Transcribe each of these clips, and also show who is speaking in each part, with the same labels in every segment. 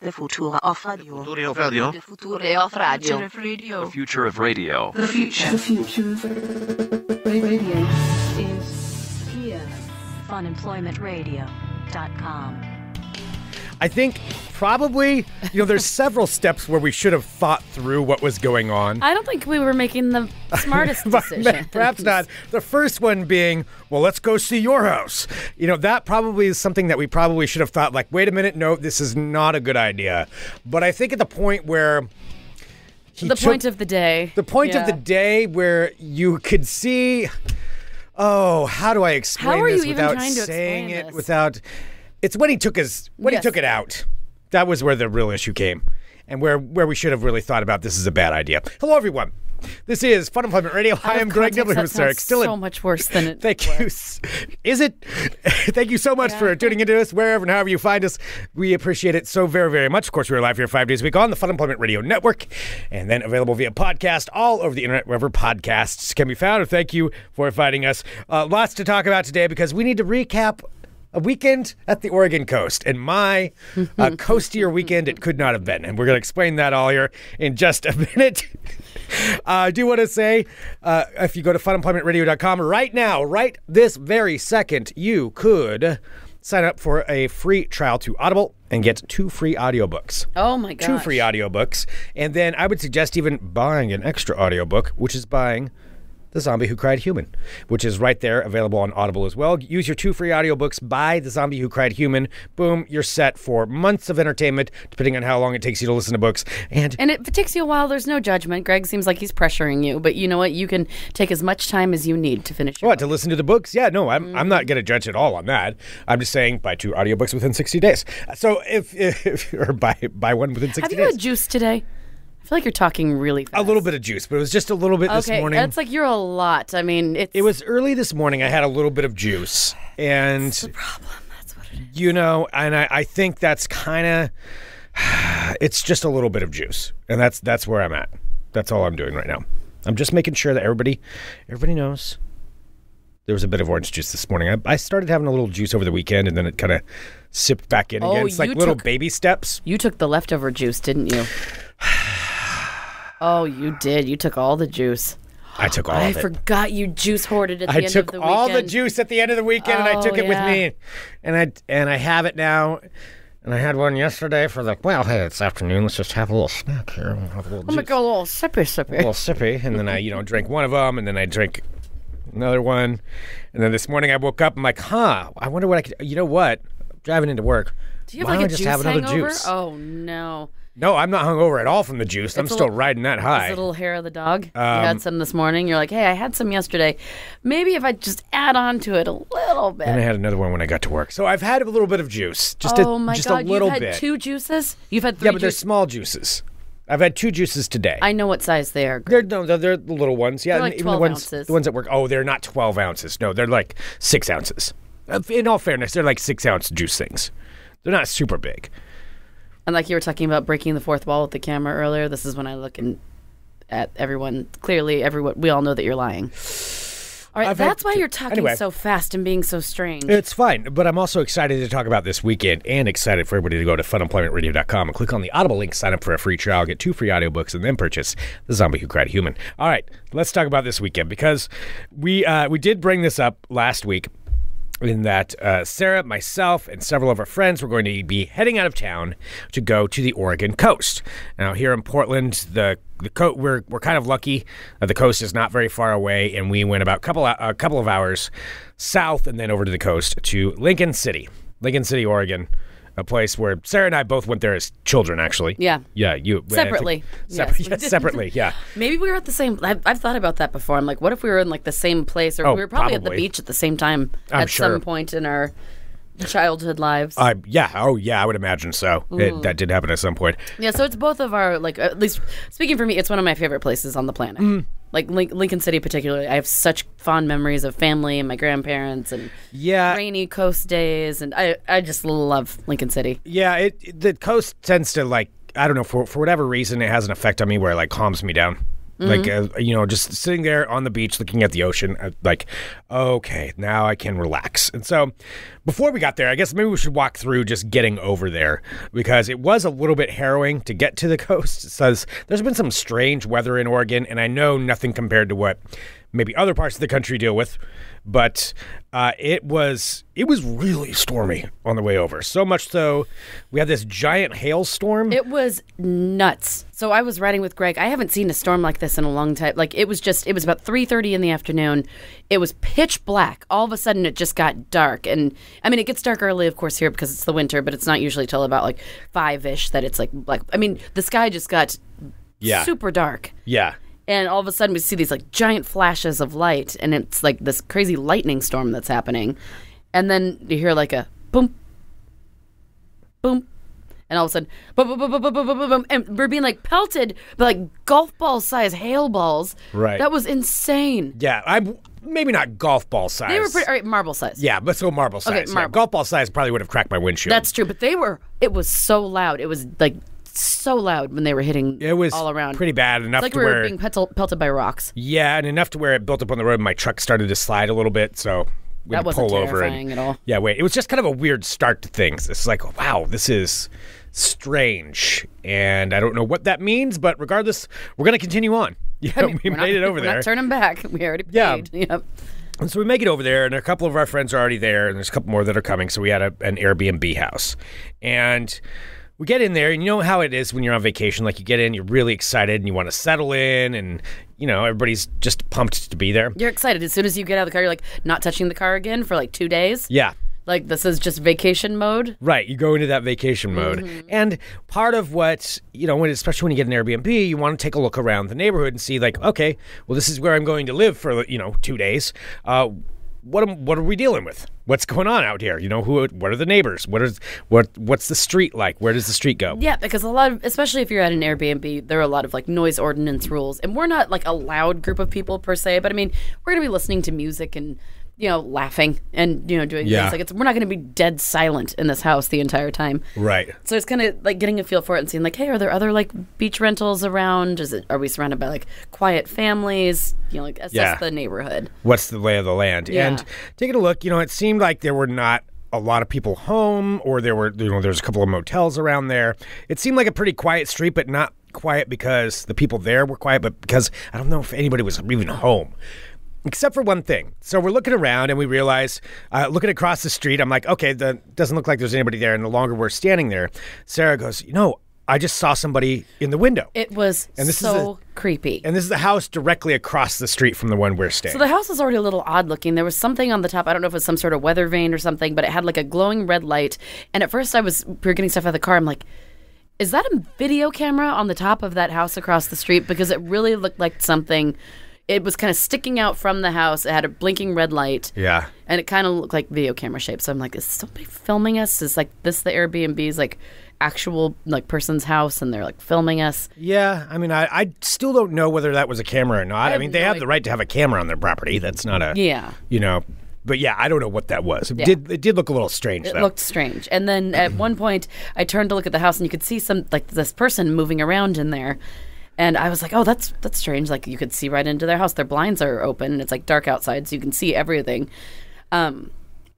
Speaker 1: The future of radio.
Speaker 2: Future of radio.
Speaker 1: The future of radio.
Speaker 2: The future of radio.
Speaker 3: The future.
Speaker 4: The future of radio is here.
Speaker 1: Funemploymentradio.com.
Speaker 5: I think probably, you know, there's several steps where we should have thought through what was going on.
Speaker 6: I don't think we were making the smartest
Speaker 5: But
Speaker 6: decision.
Speaker 5: Perhaps not. The first one being, well, let's go see your house. You know, that probably is something that we probably should have thought, like, wait a minute, no, this is not a good idea. But I think at the point where he
Speaker 6: The
Speaker 5: took-
Speaker 6: point of the day.
Speaker 5: the point of the
Speaker 6: Yeah.
Speaker 5: day where you could see, oh, how do I explain
Speaker 6: are
Speaker 5: this
Speaker 6: you even
Speaker 5: without
Speaker 6: trying to
Speaker 5: saying
Speaker 6: explain
Speaker 5: it?
Speaker 6: this?
Speaker 5: Without it's when he took his when
Speaker 6: Yes.
Speaker 5: he took it out. That was where the real issue came, and where where we should have really thought about this is a bad idea. Hello, everyone. This is Fun Employment Radio. I am
Speaker 6: Context,
Speaker 5: Greg Nibbler
Speaker 6: that
Speaker 5: with Sarah
Speaker 6: sounds
Speaker 5: Still
Speaker 6: so much worse than it.
Speaker 5: Thank you. Is it? Thank you so much for tuning into us wherever and however you find us. We appreciate it so very, very much. Of course, we're live here five days a week on the Fun Employment Radio Network and then available via podcast all over the internet, wherever podcasts can be found. Thank you for finding us. Uh, lots to talk about today because we need to recap. A weekend at the Oregon coast, and my uh, coastier weekend it could not have been. And we're going to explain that all here in just a minute. Uh, I do want to say uh, if you go to funemploymentradio.com right now, right this very second, you could sign up for a free trial to Audible and get two free audiobooks.
Speaker 6: Oh my god.
Speaker 5: Two free audiobooks. And then I would suggest even buying an extra audiobook, which is buying The Zombie Who Cried Human, which is right there available on Audible as well. Use your two free audiobooks, buy The Zombie Who Cried Human. Boom, you're set for months of entertainment, depending on how long it takes you to listen to books. And
Speaker 6: And if it takes you a while. There's no judgment. Greg seems like he's pressuring you, but you know what? You can take as much time as you need to finish. Your
Speaker 5: What, to listen to the books? Yeah, no, I'm, I'm not going to judge at all on that. I'm just saying buy two audiobooks within 60 days. So if, if or buy, buy one within 60
Speaker 6: Have you
Speaker 5: days.
Speaker 6: had juice today? I feel like you're talking really fast.
Speaker 5: a little bit of juice, but it was just a little bit
Speaker 6: Okay,
Speaker 5: this morning.
Speaker 6: that's like you're a lot. I mean, it's,
Speaker 5: it was early this morning. I had a little bit of juice. And
Speaker 6: problem. That's what it is.
Speaker 5: you know, and I, I think that's kind of it's just a little bit of juice, and that's that's where I'm at. That's all I'm doing right now. I'm just making sure that everybody everybody knows there was a bit of orange juice this morning. I, I started having a little juice over the weekend, and then it kind of sipped back in
Speaker 6: Oh,
Speaker 5: again. It's like
Speaker 6: you
Speaker 5: little
Speaker 6: took-
Speaker 5: baby steps.
Speaker 6: You took the leftover juice, didn't you? oh, you did. You took all the juice.
Speaker 5: I took all
Speaker 6: I
Speaker 5: of it.
Speaker 6: forgot you juice hoarded at the
Speaker 5: I
Speaker 6: end
Speaker 5: took
Speaker 6: of the
Speaker 5: all the
Speaker 6: weekend.
Speaker 5: juice at the end of the weekend, and I took
Speaker 6: Oh,
Speaker 5: it
Speaker 6: yeah.
Speaker 5: with me, and I and I have it now. And I had one yesterday for the well, hey, it's afternoon. Let's just have a little snack here. and Have a little
Speaker 6: I'm
Speaker 5: juice.
Speaker 6: gonna go a little sippy sippy.
Speaker 5: a little sippy, and then I, you know, drink one of them, and then I drink another one, and then this morning I woke up, I'm like, huh, I wonder what I could. You know what? Driving into work.
Speaker 6: Do you have
Speaker 5: why
Speaker 6: like a
Speaker 5: don't I just
Speaker 6: juice
Speaker 5: have another
Speaker 6: hangover?
Speaker 5: juice?
Speaker 6: Oh no,
Speaker 5: No, I'm not hungover at all from the juice. I'm
Speaker 6: It's a
Speaker 5: still
Speaker 6: little-
Speaker 5: riding that
Speaker 6: this
Speaker 5: high.
Speaker 6: little hair of the dog. you
Speaker 5: Um,
Speaker 6: had some this morning. You're like, hey, I had some yesterday. Maybe if I just add on to it a little
Speaker 5: And I
Speaker 6: bit.
Speaker 5: had another one when I got to work. So I've had a little bit of juice, just
Speaker 6: oh
Speaker 5: a,
Speaker 6: my
Speaker 5: just
Speaker 6: god,
Speaker 5: a little
Speaker 6: you've had
Speaker 5: bit.
Speaker 6: two juices. You've had three.
Speaker 5: yeah, but they're
Speaker 6: juices.
Speaker 5: small juices. I've had two juices today.
Speaker 6: I know what size they are. Greg.
Speaker 5: They're no, they're, they're the little ones. Yeah,
Speaker 6: They're like
Speaker 5: and even the
Speaker 6: 12
Speaker 5: ones
Speaker 6: ounces.
Speaker 5: the ones that work. Oh, they're not twelve ounces. No, they're like six ounces. Uh, In all fairness, they're like six ounce juice things. They're not super big.
Speaker 6: And like you were talking about breaking the fourth wall with the camera earlier, this is when I look and at everyone. Clearly, everyone we all know that you're lying. All right,
Speaker 5: I've had
Speaker 6: that's why
Speaker 5: to-
Speaker 6: you're talking
Speaker 5: anyway.
Speaker 6: so fast and being so strange.
Speaker 5: It's fine, but I'm also excited to talk about this weekend and excited for everybody to go to funemploymentradio.com and click on the Audible link, sign up for a free trial, get two free audiobooks, and then purchase The Zombie Who Cried Human. All right, let's talk about this weekend because we uh, we did bring this up last week in that uh, Sarah, myself, and several of our friends were going to be heading out of town to go to the Oregon coast. Now, here in Portland, the the co- we're we're kind of lucky. Uh, the coast is not very far away, and we went about a couple hou- a couple of hours south and then over to the coast to Lincoln City, Lincoln City, Oregon. A place where Sarah and I both went there as children, actually.
Speaker 6: Yeah.
Speaker 5: Yeah. You I think-
Speaker 6: Separately.
Speaker 5: separ-
Speaker 6: Yes.
Speaker 5: yeah, separately. Yeah.
Speaker 6: Maybe we were at the same. I've, I've thought about that before. I'm like, what if we were in like the same place, or
Speaker 5: Oh,
Speaker 6: we were probably, at the
Speaker 5: probably.
Speaker 6: beach at the same time
Speaker 5: I'm
Speaker 6: at
Speaker 5: sure.
Speaker 6: some point in our childhood lives.
Speaker 5: I yeah. Oh yeah. I would imagine so. It, that did happen at some point.
Speaker 6: yeah, so it's both of our like. At least speaking for me, it's one of my favorite places on the planet.
Speaker 5: Mm.
Speaker 6: Like Link- Lincoln City, particularly, I have such fond memories of family and my grandparents and
Speaker 5: Yeah.
Speaker 6: rainy coast days, and I I just love Lincoln City.
Speaker 5: Yeah, it, it- the coast tends to like I don't know for for whatever reason it has an effect on me where it like calms me down. Like uh, you know, just sitting there on the beach looking at the ocean. uh, Like, okay, now I can relax. And so, before we got there, I guess maybe we should walk through just getting over there because it was a little bit harrowing to get to the coast. It says there's been some strange weather in Oregon, and I know nothing compared to what maybe other parts of the country deal with, but uh, it was it was really stormy on the way over. So much so, we had this giant hailstorm.
Speaker 6: It was nuts. So I was riding with Greg. I haven't seen a storm like this in a long time. Like it was just it was about 3:30 in the afternoon. It was pitch black. All of a sudden it just got dark and I mean it gets dark early of course here because it's the winter, but it's not usually till about like 5ish that it's like black. I mean, the sky just got
Speaker 5: Yeah.
Speaker 6: super dark.
Speaker 5: yeah,
Speaker 6: And all of a sudden we see these like giant flashes of light and it's like this crazy lightning storm that's happening. And then you hear like a boom boom and all of a sudden boom boom boom boom boom boom boom, boom, boom and we're being like pelted by like golf ball size hail balls.
Speaker 5: Right.
Speaker 6: That was insane.
Speaker 5: yeah. I'm maybe not golf ball size.
Speaker 6: They were pretty all right, marble size.
Speaker 5: Yeah, let's go marble size. Yeah,
Speaker 6: marble.
Speaker 5: golf ball size probably would have cracked my windshield.
Speaker 6: That's true, but they were it was so loud. It was like so loud when they were hitting
Speaker 5: it was
Speaker 6: all around.
Speaker 5: pretty bad enough
Speaker 6: It's like
Speaker 5: to
Speaker 6: we
Speaker 5: where
Speaker 6: were being pelted, pelted by rocks.
Speaker 5: yeah, and enough to where it built up on the road. and My truck started to slide a little bit, so we had
Speaker 6: That
Speaker 5: to
Speaker 6: wasn't
Speaker 5: pull over and
Speaker 6: terrifying at all.
Speaker 5: Yeah, wait. It was just kind of a weird start to things. It's like, wow, this is strange, and I don't know what that means, but regardless, we're gonna continue on. Yeah, we
Speaker 6: We're
Speaker 5: made
Speaker 6: not-
Speaker 5: it over
Speaker 6: we're
Speaker 5: there.
Speaker 6: Not turning back. We already
Speaker 5: Yeah.
Speaker 6: paid. Yep.
Speaker 5: And so we make it over there, and a couple of our friends are already there, and there's a couple more that are coming. So we had a, an Airbnb house, and we get in there, and you know how it is when you're on vacation. Like you get in, you're really excited, and you want to settle in, and you know everybody's just pumped to be there.
Speaker 6: You're excited as soon as you get out of the car. You're like not touching the car again for like two days.
Speaker 5: Yeah.
Speaker 6: Like this is just vacation mode.
Speaker 5: Right, you go into that vacation mode. And part of what, you know, when, especially when you get an Airbnb, you want to take a look around the neighborhood and see, like, okay, well, this is where I'm going to live for, you know, two days. Uh, what, am, what are we dealing with? What's going on out here? You know, who? what are the neighbors? What is what? What's the street like? Where does the street go?
Speaker 6: Yeah, because a lot of, especially if you're at an Airbnb, there are a lot of like noise ordinance rules, and we're not like a loud group of people per se. But I mean, we're gonna be listening to music and you know laughing and you know doing
Speaker 5: Yeah.
Speaker 6: things like it's. We're not gonna be dead silent in this house the entire time.
Speaker 5: Right.
Speaker 6: So it's kind of like getting a feel for it and seeing like, hey, are there other like beach rentals around? Is it are we surrounded by like quiet families? You know, like assess
Speaker 5: Yeah.
Speaker 6: the neighborhood.
Speaker 5: what's the lay of the land
Speaker 6: Yeah.
Speaker 5: and taking a look you know it seemed like there were not a lot of people home or there were you know there's a couple of motels around there it seemed like a pretty quiet street but not quiet because the people there were quiet but because i don't know if anybody was even home except for one thing so we're looking around and we realize uh, looking across the street i'm like okay the doesn't look like there's anybody there and the longer we're standing there sarah goes you know i just saw somebody in the window
Speaker 6: It was
Speaker 5: And this is
Speaker 6: so
Speaker 5: a-
Speaker 6: creepy.
Speaker 5: and this is the house directly across the street from the one we're staying
Speaker 6: so the house was already a little odd looking. There was something on the top. I don't know if it was some sort of weather vane or something, but it had like a glowing red light. And at first, I was we were getting stuff out of the car. I'm like, is that a video camera on the top of that house across the street? Because it really looked like something. It was kind of sticking out from the house. It had a blinking red light.
Speaker 5: yeah
Speaker 6: and it kind of looked like video camera shape. So I'm like, is somebody filming us? Is like this the Airbnb's like actual like person's house, and they're like filming us?
Speaker 5: Yeah, I mean, I, I still don't know whether that was a camera or not. I,
Speaker 6: have
Speaker 5: mean, they
Speaker 6: no
Speaker 5: have
Speaker 6: idea.
Speaker 5: the right to have a camera on their property. That's not a
Speaker 6: Yeah.
Speaker 5: you know. But yeah, I don't know what that was. It did it did look a little strange
Speaker 6: It
Speaker 5: though.
Speaker 6: looked strange. And then at one point, I turned to look at the house, and you could see some like this person moving around in there. And I was like, oh, that's that's strange. Like you could see right into their house. Their blinds are open, and it's like dark outside, so you can see everything. Um,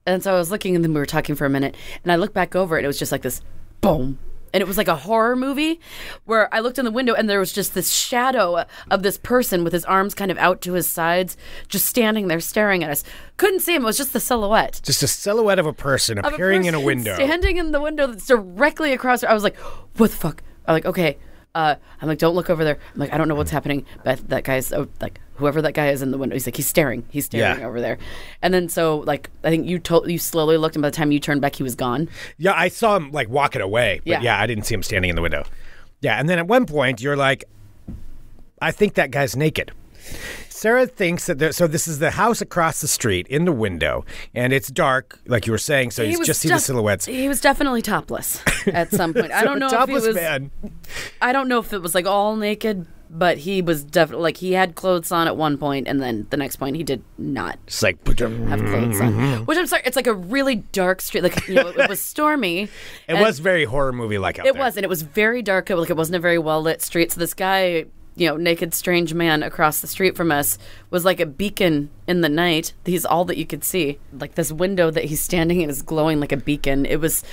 Speaker 6: and so I was looking, and then we were talking for a minute, and I looked back over, and it was just like this, boom. And it was like a horror movie where I looked in the window and there was just this shadow of this person with his arms kind of out to his sides, just standing there staring at us. Couldn't see him, it was just the silhouette
Speaker 5: Just a silhouette of a person
Speaker 6: of a
Speaker 5: appearing in a
Speaker 6: person
Speaker 5: window.
Speaker 6: standing in the window that's directly across. her. I was like, "What the fuck?" I'm like, "Okay." Uh, I'm like, "Don't look over there." I'm like, "I don't know what's happening." But that guy's oh, like, whoever that guy is in the window, he's like, he's staring, he's staring
Speaker 5: Yeah.
Speaker 6: over there. And then so like, I think you told you slowly looked, and by the time you turned back, he was gone.
Speaker 5: yeah, I saw him like walking away, but yeah.
Speaker 6: Yeah.
Speaker 5: I didn't see him standing in the window. Yeah, and then at one point you're like, I think that guy's naked. Sarah thinks that there, so. This is the house across the street in the window, and it's dark, like you were saying. So you
Speaker 6: was
Speaker 5: just see the
Speaker 6: def-
Speaker 5: silhouettes.
Speaker 6: He was definitely topless at some point. I
Speaker 5: So
Speaker 6: don't know if he
Speaker 5: topless
Speaker 6: was.
Speaker 5: man.
Speaker 6: I don't know if it was like all naked. But he was definitely like he had clothes on at one point, and then the next point he did not.
Speaker 5: It's like put your
Speaker 6: have clothes
Speaker 5: mm-hmm.
Speaker 6: on. Which I'm sorry, it's like a really dark street. Like you know, it, was stormy.
Speaker 5: It
Speaker 6: and
Speaker 5: was very horror movie like out
Speaker 6: It
Speaker 5: there.
Speaker 6: was, and it was very dark. Like it wasn't a very well lit street. So this guy you know, naked strange man across the street from us was like a beacon in the night. He's all that you could see. Like this window that he's standing in is glowing like a beacon. It was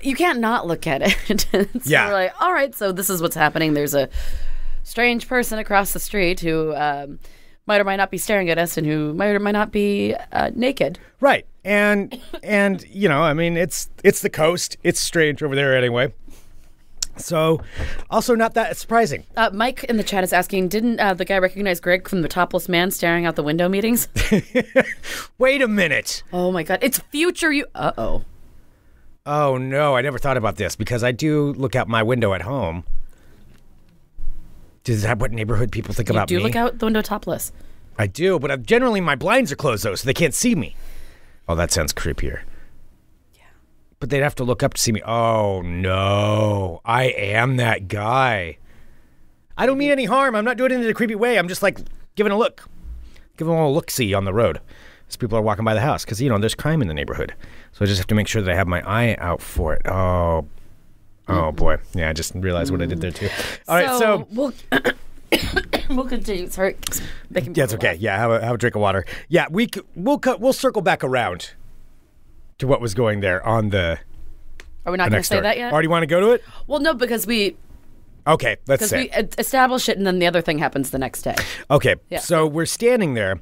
Speaker 6: you can't not look at it. so
Speaker 5: Yeah.
Speaker 6: We're like, all right, so this is what's happening. There's a strange person across the street who um, might or might not be staring at us and who might or might not be uh, naked.
Speaker 5: Right. And and you know, I mean, it's it's the coast. It's strange over there anyway. So, also not that surprising.
Speaker 6: Uh, Mike in the chat is asking, didn't uh, the guy recognize Greg from the topless man staring out the window meetings?
Speaker 5: Wait a minute.
Speaker 6: oh my God, it's future you. Uh oh.
Speaker 5: Oh no, I never thought about this because I do look out my window at home. Is that what neighborhood people think
Speaker 6: You
Speaker 5: about
Speaker 6: do
Speaker 5: me?
Speaker 6: look out the window topless.
Speaker 5: I do, but i generally my blinds are closed though, so they can't see me. Oh, that sounds creepier. But they'd have to look up to see me. Oh no, I am that guy. I don't mean any harm. I'm not doing it in a creepy way. I'm just like giving a look, giving a look see on the road as people are walking by the house because you know there's crime in the neighborhood. So I just have to make sure that I have my eye out for it. Oh, oh boy, yeah. I just realized what I did there too. All right, so
Speaker 6: we'll we'll continue. Sorry, Making
Speaker 5: Yeah, it's
Speaker 6: people
Speaker 5: okay. Yeah, have a have a drink of water. Yeah, we c- we'll cut we'll circle back around to what was going there on the,
Speaker 6: laugh. Are we
Speaker 5: the
Speaker 6: not going to
Speaker 5: next
Speaker 6: say
Speaker 5: story.
Speaker 6: that yet?
Speaker 5: Already want to go to it?
Speaker 6: well, no, because we
Speaker 5: Okay, let's
Speaker 6: because
Speaker 5: say.
Speaker 6: we
Speaker 5: it.
Speaker 6: uh, establish it, and then the other thing happens the next day.
Speaker 5: Okay,
Speaker 6: Yeah.
Speaker 5: so we're standing there,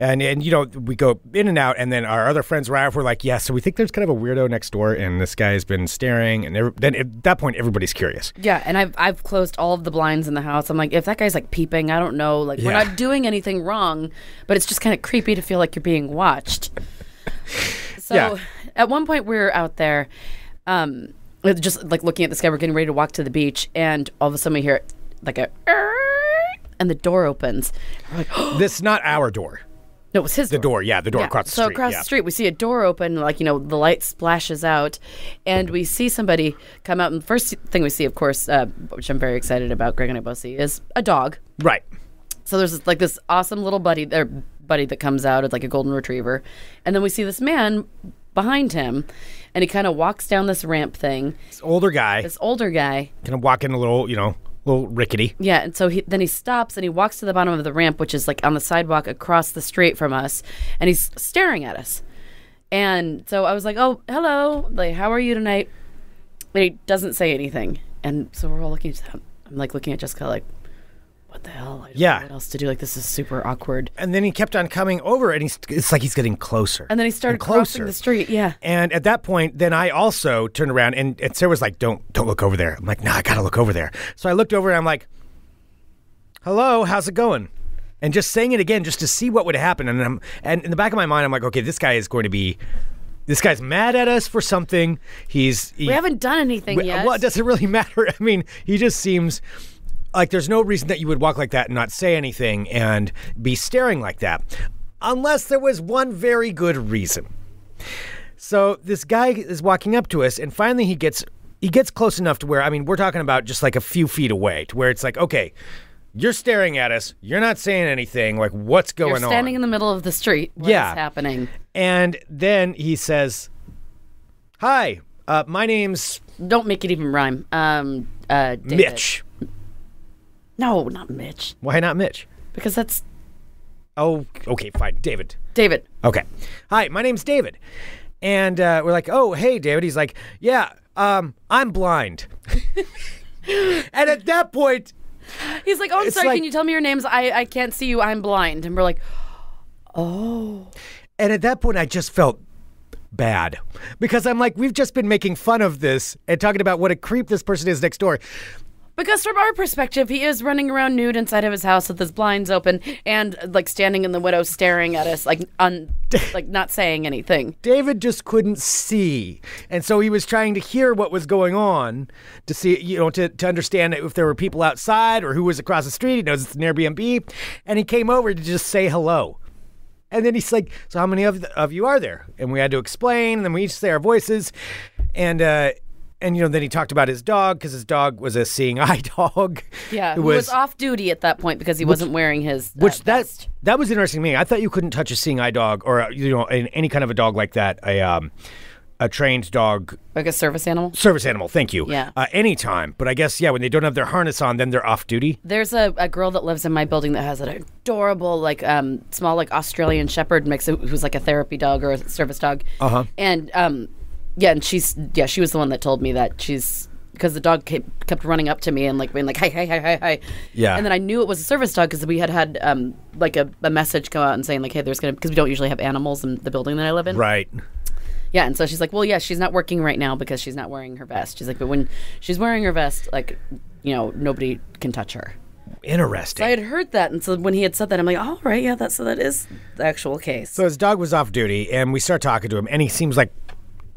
Speaker 5: and and you know we go in and out, and then our other friends arrive. We're like, yeah, so we think there's kind of a weirdo next door, and this guy has been staring, and every, then at that point everybody's curious.
Speaker 6: Yeah, and I've I've closed all of the blinds in the house. I'm like, if that guy's like peeping, I don't know. Like we're
Speaker 5: Yeah.
Speaker 6: not doing anything wrong, but it's just kind of creepy to feel like you're being watched. So
Speaker 5: Yeah.
Speaker 6: at one point we were out there, um, with just like looking at the sky. We're getting ready to walk to the beach, and all of a sudden we hear like a and the door opens. We're like, no,
Speaker 5: this is not our door,
Speaker 6: it was his
Speaker 5: the door. Yeah, the door across the
Speaker 6: so
Speaker 5: street.
Speaker 6: across
Speaker 5: yeah.
Speaker 6: the street, we see a door open, like, you know, the light splashes out, and we see somebody come out. And the first thing we see, of course, uh, which I'm very excited about, Greg and I both see, is a dog.
Speaker 5: Right.
Speaker 6: So there's this, like this awesome little buddy, their buddy that comes out. It's like a golden retriever. And then we see this man behind him, and he kind of walks down this ramp thing.
Speaker 5: This older guy,
Speaker 6: This older guy.
Speaker 5: kind of walking a little, you know, little rickety.
Speaker 6: Yeah, and so he then he stops and he walks to the bottom of the ramp, which is like on the sidewalk across the street from us, and he's staring at us. And so I was like, "Oh, hello, like how are you tonight?" And he doesn't say anything, and so we're all looking at him. I'm like looking at Jessica, like, "What the hell? I don't
Speaker 5: Yeah.
Speaker 6: know what else to do? Like this is super awkward."
Speaker 5: And then he kept on coming over, and he's—it's like he's getting closer.
Speaker 6: And then he started
Speaker 5: closer.
Speaker 6: crossing the street. Yeah,
Speaker 5: And at that point, then I also turned around and, and Sarah was like, Don't don't look over there. I'm like, No, I gotta look over there. So I looked over and I'm like, Hello, how's it going? And just saying it again just to see what would happen. And I'm and in the back of my mind, I'm like, okay, this guy is going to be this guy's mad at us for something. He's he,
Speaker 6: we haven't done anything
Speaker 5: we- uh,
Speaker 6: yet.
Speaker 5: Well, it doesn't really matter. I mean, he just seems like there's no reason that you would walk like that and not say anything and be staring like that, unless there was one very good reason. So this guy is walking up to us, and finally he gets he gets close enough to where I mean, we're talking about just like a few feet away, to where it's like, okay, you're staring at us, you're not saying anything. Like, what's going
Speaker 6: You're
Speaker 5: on?
Speaker 6: standing in the middle of the street. What is
Speaker 5: Yeah.
Speaker 6: happening?
Speaker 5: and then he says, "Hi, uh, my name's
Speaker 6: Don't make it even rhyme. Um, uh, David.
Speaker 5: Mitch.
Speaker 6: No, not Mitch,
Speaker 5: Why not Mitch?"
Speaker 6: because that's
Speaker 5: Oh, okay, fine. David.
Speaker 6: David.
Speaker 5: Okay. Hi, my name's David. And uh, we're like, oh, hey, David. He's like, yeah, um, I'm blind. and at that point,
Speaker 6: He's like, "Oh, I'm
Speaker 5: It's
Speaker 6: sorry.
Speaker 5: like-
Speaker 6: can you tell me your names? I I can't see you. I'm blind." And we're like,
Speaker 5: and at that point, I just felt bad because I'm like, we've just been making fun of this and talking about what a creep this person is next door.
Speaker 6: "Because from our perspective, he is running around nude inside of his house with his blinds open and like standing in the window, staring at us, like un, like not saying anything."
Speaker 5: David just couldn't see. And so he was trying to hear what was going on to see, you know, to, to understand if there were people outside or who was across the street. He knows it's an Airbnb. And he came over to just say hello. And then he's like, So how many of, of you are there? And we had to explain. And then we each say our voices. And, uh, and you know, then he talked about his dog because his dog was a seeing eye dog.
Speaker 6: Yeah,
Speaker 5: who
Speaker 6: who was, off duty at that point because he wasn't wearing his uh,
Speaker 5: which that
Speaker 6: vest.
Speaker 5: that was interesting to me. I thought you couldn't touch a seeing eye dog or uh, you know an- any kind of a dog like that. A um, a trained dog
Speaker 6: like a service animal.
Speaker 5: service animal. Thank you.
Speaker 6: Yeah.
Speaker 5: Uh, anytime, but I guess yeah, when they don't have their harness on, then they're off duty.
Speaker 6: There's a, a girl that lives in my building that has an adorable, like, um, small, like Australian Shepherd mix, who's like a therapy dog or a service dog. Uh
Speaker 5: Uh-huh.
Speaker 6: huh. And um, yeah, and she's yeah, she was the one that told me that she's because the dog kept, kept running up to me and like being like hi hi hi hi hi.
Speaker 5: Yeah.
Speaker 6: And then I knew it was a service dog because we had had um like a, a message go out and saying like hey there's gonna because we don't usually have animals in the building that I live in.
Speaker 5: Right.
Speaker 6: Yeah, and so she's like, "Well, yeah, she's not working right now because she's not wearing her vest." She's like, "But when she's wearing her vest, like, you know, nobody can touch her."
Speaker 5: Interesting.
Speaker 6: I had heard that, and so when he had said that, I'm like, "All right, yeah, that's so that is the actual case."
Speaker 5: so his dog was off duty, and we start talking to him, and he seems like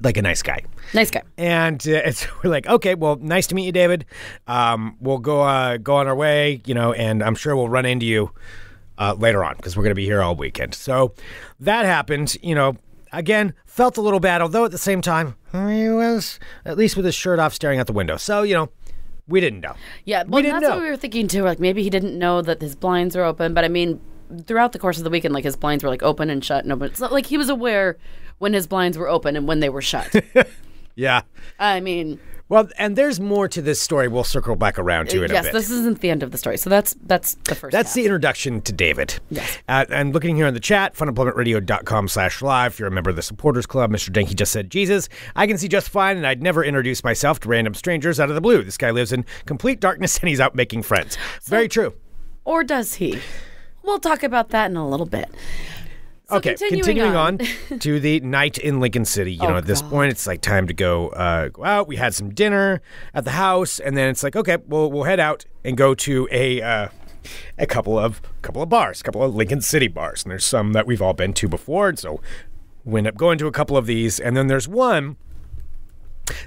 Speaker 5: like a nice guy.
Speaker 6: nice guy.
Speaker 5: And uh, it's, we're like, okay, well, nice to meet you, David. Um, we'll go uh, go on our way, you know, and I'm sure we'll run into you uh, later on because we're going to be here all weekend. So that happened, you know. Again, felt a little bad, although at the same time, he was at least with his shirt off, staring out the window. So you know, we didn't know.
Speaker 6: Yeah, well,
Speaker 5: didn't
Speaker 6: that's
Speaker 5: know.
Speaker 6: what we were thinking too. Like maybe he didn't know that his blinds were open, but I mean, throughout the course of the weekend, like his blinds were like open and shut and open. It's not like he was aware when his blinds were open and when they were shut.
Speaker 5: Yeah.
Speaker 6: I mean,
Speaker 5: Well, and there's more to this story. We'll circle back around to it a
Speaker 6: Uh, yes,
Speaker 5: bit.
Speaker 6: this isn't the end of the story. So that's that's the first.
Speaker 5: That's
Speaker 6: half.
Speaker 5: the introduction to David.
Speaker 6: Yes.
Speaker 5: Uh, and looking here in the chat, funemploymentradio.com slash live. If you're a member of the supporters club, Mr. Denke just said, Jesus, I can see just fine, and I'd never introduce myself to random strangers out of the blue. This guy lives in complete darkness and he's out making friends. Very true.
Speaker 6: or does he? We'll talk about that in a little bit. So
Speaker 5: okay, continuing, on, Oh, to the night in Lincoln City. You know, at this point, it's like time to go uh, go out. We had some dinner at the house, and then it's like, okay, we'll we'll head out and go to a uh, a couple of couple of bars, couple of Lincoln City bars, and there's some that we've all been to before, and so we end up going to a couple of these, and then there's one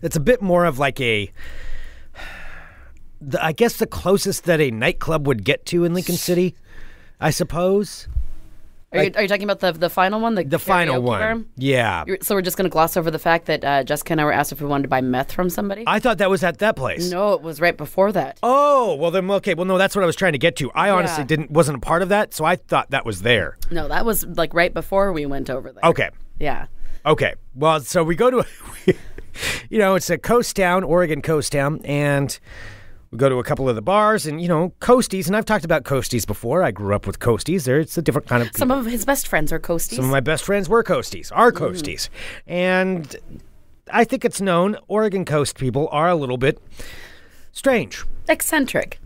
Speaker 5: that's a bit more of like a. the- I guess the closest that a nightclub would get to in Lincoln City, I suppose.
Speaker 6: Are, you, are you talking about the the final one? The,
Speaker 5: The final
Speaker 6: karaoke
Speaker 5: one.
Speaker 6: bar?
Speaker 5: Yeah.
Speaker 6: You're- So we're just going to gloss over the fact that uh, Jessica and I were asked if we wanted to buy meth from somebody.
Speaker 5: I thought that was at that place.
Speaker 6: no, it was right before that.
Speaker 5: Oh, well then okay, well no, that's what I was trying to get to. I honestly
Speaker 6: Yeah.
Speaker 5: didn't wasn't a part of that, so I thought that was there.
Speaker 6: No, that was like right before we went over there.
Speaker 5: Okay.
Speaker 6: Yeah.
Speaker 5: Okay. Well, so we go to you know, it's a coast town, Oregon coast town, and we go to a couple of the bars and you know, coasties, and I've talked about coasties before. I grew up with coasties. There it's a different kind of people.
Speaker 6: Some of Mm-hmm. his best friends are coasties.
Speaker 5: Some of my best friends were coasties, are coasties. And I think it's known Oregon coast people are a little bit strange.
Speaker 6: Eccentric.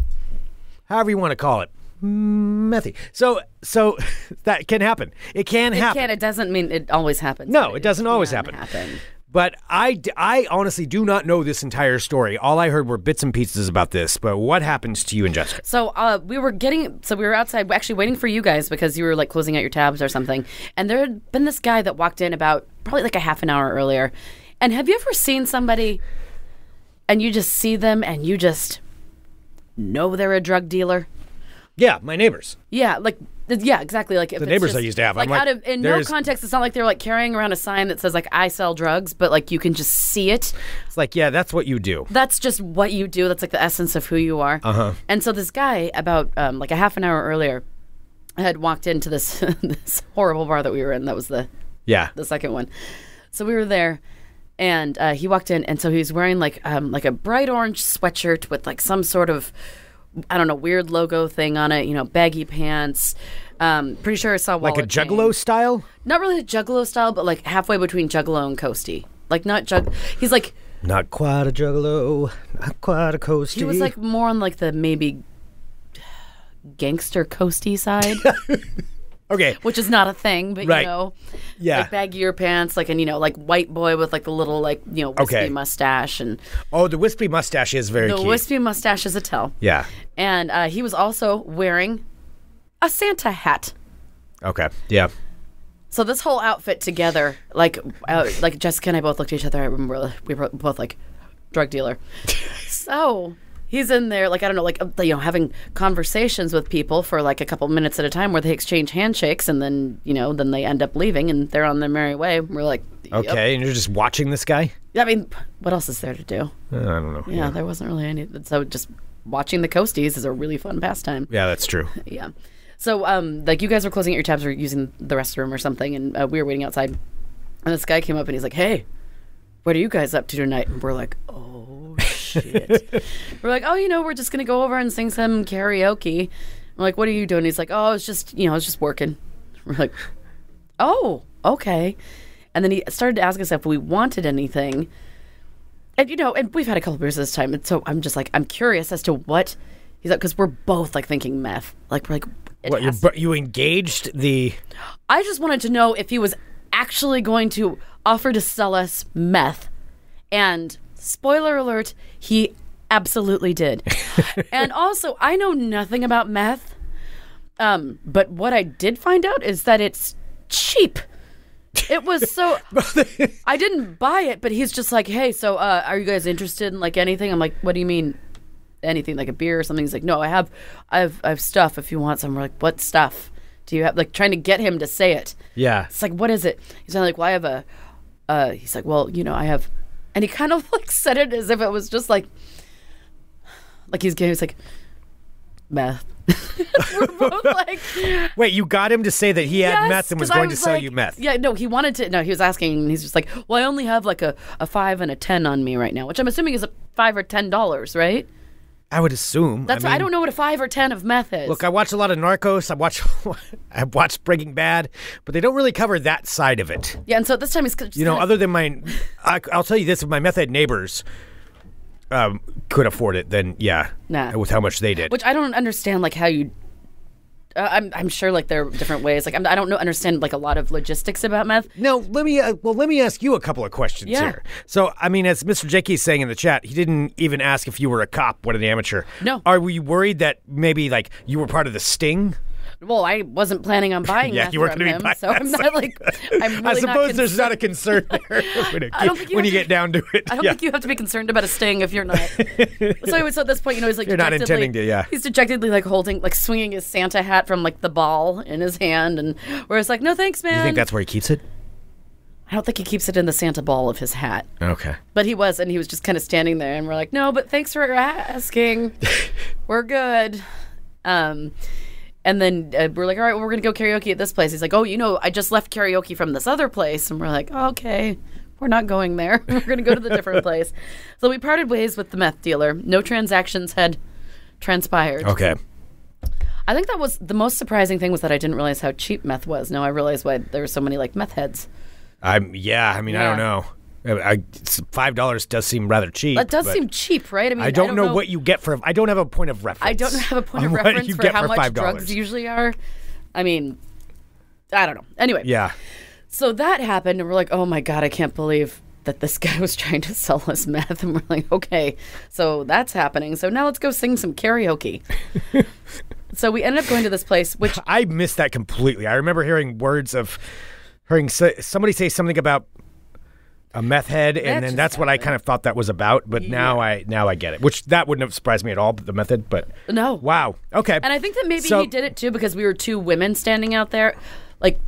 Speaker 5: however you want to call it, methy. So, so that can happen. It can
Speaker 6: It
Speaker 5: happen.
Speaker 6: can't, it doesn't mean it always happens.
Speaker 5: No,
Speaker 6: but
Speaker 5: it doesn't always
Speaker 6: can
Speaker 5: happen. But I, d- I honestly do not know this entire story. All I heard were bits and pieces about this. But what happens to you and Jessica?
Speaker 6: So uh, we were getting, so we were outside, actually waiting for you guys because you were like closing out your tabs or something. And there had been this guy that walked in about probably like a half an hour earlier. And have you ever seen somebody and you just see them and you just know they're a drug dealer?
Speaker 5: Yeah, my neighbors.
Speaker 6: Yeah, like th- yeah, exactly. Like if the
Speaker 5: neighbors I used to have,
Speaker 6: Like,
Speaker 5: I'm like,
Speaker 6: out of in no
Speaker 5: there's-
Speaker 6: context, it's not like they're like carrying around a sign that says like I sell drugs, but like you can just see it.
Speaker 5: It's like, yeah, that's what you do.
Speaker 6: That's just what you do. That's like the essence of who you are. Uh
Speaker 5: Uh-huh.
Speaker 6: huh. And so this guy about um, like a half an hour earlier had walked into this this horrible bar that we were in. That was the
Speaker 5: Yeah.
Speaker 6: the second one. So we were there, and uh, he walked in, and so he was wearing like um, like a bright orange sweatshirt with like some sort of I don't know weird logo thing on it. You know, baggy pants. Um, pretty sure I saw
Speaker 5: Like a
Speaker 6: wallet chain.
Speaker 5: juggalo style.
Speaker 6: Not really a juggalo style, but like halfway between juggalo and coasty. Like not jug. He's like
Speaker 5: Not quite a juggalo. Not quite a coastie.
Speaker 6: he was like more on like the maybe gangster coasty side,
Speaker 5: okay,
Speaker 6: which is not a thing, but
Speaker 5: Right.
Speaker 6: you know.
Speaker 5: yeah.
Speaker 6: like baggier pants, like and you know, like white boy with like the little like you know wispy
Speaker 5: Okay.
Speaker 6: mustache, and
Speaker 5: oh, the wispy mustache is very
Speaker 6: the
Speaker 5: cute.
Speaker 6: wispy mustache is a tell.
Speaker 5: yeah.
Speaker 6: And uh, he was also wearing a Santa hat.
Speaker 5: Okay. Yeah.
Speaker 6: So this whole outfit together, like uh, like Jessica and I both looked at each other. I remember we were both like drug dealer. so he's in there, like I don't know, like uh, you know, having conversations with people for like a couple minutes at a time, where they exchange handshakes, and then you know, then they end up leaving, and they're on their merry way. We're like, yep.
Speaker 5: Okay. And you're just watching this guy.
Speaker 6: I mean, what else is there to do?
Speaker 5: Uh, I don't know.
Speaker 6: Yeah, there wasn't really any. So just watching the coasties is a really fun pastime.
Speaker 5: Yeah, that's true.
Speaker 6: Yeah. So um, like you guys were closing out your tabs or using the restroom or something, and uh, we were waiting outside, and this guy came up and he's like, "Hey, what are you guys up to tonight? And we're like, oh shit. we're like, oh, you know, we're just gonna go over and sing some karaoke. I'm like, what are you doing? He's like, oh, it's just, you know, it's just working. We're like, oh, okay. And then he started to ask us if we wanted anything. And you know, and we've had a couple beers this time, and so I'm just like, I'm curious as to what he's like, because we're both like thinking meth. Like we're like, it
Speaker 5: What you
Speaker 6: has-
Speaker 5: br- you engaged the?
Speaker 6: I just wanted to know if he was actually going to offer to sell us meth. And spoiler alert, he absolutely did. and also, I know nothing about meth. Um, but what I did find out is that it's cheap. It was so I didn't buy it, but he's just like, "Hey, so uh, are you guys interested in like anything?" I'm like, "What do you mean anything like a beer or something?" He's like, "No, I have I've I've stuff if you want some." We're like, "What stuff?" Do you have like trying to get him to say it?
Speaker 5: Yeah.
Speaker 6: It's like, what is it? He's not like, well, I have a. Uh, he's like, well, you know, I have, and he kind of like said it as if it was just like, like he's getting, he's like, meth. We're both like,
Speaker 5: Wait, you got him to say that he had
Speaker 6: yes,
Speaker 5: meth and was
Speaker 6: 'cause I
Speaker 5: going
Speaker 6: was
Speaker 5: to sell
Speaker 6: like-
Speaker 5: you meth.
Speaker 6: Yeah, no, he wanted to. No, he was asking, and he's just like, well, I only have like a a five and a ten on me right now, which I'm assuming is a five or ten dollars, right?
Speaker 5: I would assume.
Speaker 6: That's
Speaker 5: I,
Speaker 6: why I
Speaker 5: mean,
Speaker 6: don't know what a five or ten of meth is.
Speaker 5: Look, I watch a lot of Narcos. I watch, I watch Breaking Bad, but they don't really cover that side of it.
Speaker 6: yeah, and so this time he's
Speaker 5: You know, other than my, I, I'll tell you this: if my meth head neighbors um, could afford it, then yeah,
Speaker 6: Nah.
Speaker 5: with how much they did.
Speaker 6: which I don't understand, like how you. Uh, I'm I'm sure like there are different ways. Like I'm, I don't know understand like a lot of logistics about meth.
Speaker 5: Now let me uh, well let me ask you a couple of questions
Speaker 6: Yeah.
Speaker 5: here. So I mean, as Mr. Jakey's saying in the chat, he didn't even ask if you were a cop, what an amateur.
Speaker 6: No.
Speaker 5: Are we worried that maybe like you were part of the sting?
Speaker 6: Well, I wasn't planning on buying
Speaker 5: Yeah,
Speaker 6: meth
Speaker 5: you weren't
Speaker 6: from
Speaker 5: gonna be
Speaker 6: him,
Speaker 5: buying
Speaker 6: so I'm
Speaker 5: that,
Speaker 6: not like I'm really
Speaker 5: I
Speaker 6: not
Speaker 5: suppose
Speaker 6: concerned-
Speaker 5: there's not a concern there when, it-
Speaker 6: I don't think you
Speaker 5: when
Speaker 6: have
Speaker 5: you
Speaker 6: to-
Speaker 5: get down to it.
Speaker 6: I don't
Speaker 5: yeah.
Speaker 6: think you have to be concerned about a sting if you're not. so I was at this point, you know, he's like
Speaker 5: You're not
Speaker 6: dejectedly-
Speaker 5: intending to, yeah.
Speaker 6: He's dejectedly like holding, like swinging his Santa hat from like the ball in his hand, and where it's like, no thanks, man.
Speaker 5: You think that's where he keeps it?
Speaker 6: I don't think he keeps it in the Santa ball of his hat,
Speaker 5: Okay.
Speaker 6: but he was, and he was just kind of standing there, and we're like, no, but thanks for asking. we're good. Um, and then uh, we're like, all right, well, we're gonna go karaoke at this place. He's like, oh, you know, I just left karaoke from this other place, and we're like, okay, we're not going there. we're gonna go to the different place. So we parted ways with the meth dealer. No transactions had transpired.
Speaker 5: Okay.
Speaker 6: I think that was the most surprising thing was that I didn't realize how cheap meth was. Now I realize why there were so many like meth heads.
Speaker 5: I'm yeah, I mean I
Speaker 6: Yeah.
Speaker 5: don't know. I, I, it's- five dollars does seem rather cheap.
Speaker 6: That does
Speaker 5: but
Speaker 6: seem cheap, right? I mean,
Speaker 5: I don't, know, what you get for. I don't have a point of reference.
Speaker 6: I don't have a point
Speaker 5: on
Speaker 6: of
Speaker 5: what
Speaker 6: reference
Speaker 5: you
Speaker 6: for
Speaker 5: get
Speaker 6: how
Speaker 5: for
Speaker 6: much
Speaker 5: $5.
Speaker 6: drugs usually are. I mean, I don't know. Anyway,
Speaker 5: Yeah.
Speaker 6: So that happened, and we're like, oh my god, I can't believe that this guy was trying to sell us meth, and we're like, okay, so that's happening. So now let's go sing some karaoke. so we ended up going to this place, which
Speaker 5: I missed that completely. I remember hearing words of hearing so, somebody say something about a meth head, and then
Speaker 6: just
Speaker 5: that's what I kind of thought that was about. But now I now I get it, which that wouldn't have surprised me at all. But the method, but
Speaker 6: No.
Speaker 5: wow, okay,
Speaker 6: And I think that maybe
Speaker 5: So-
Speaker 6: he did it too because we were two women standing out there. Like,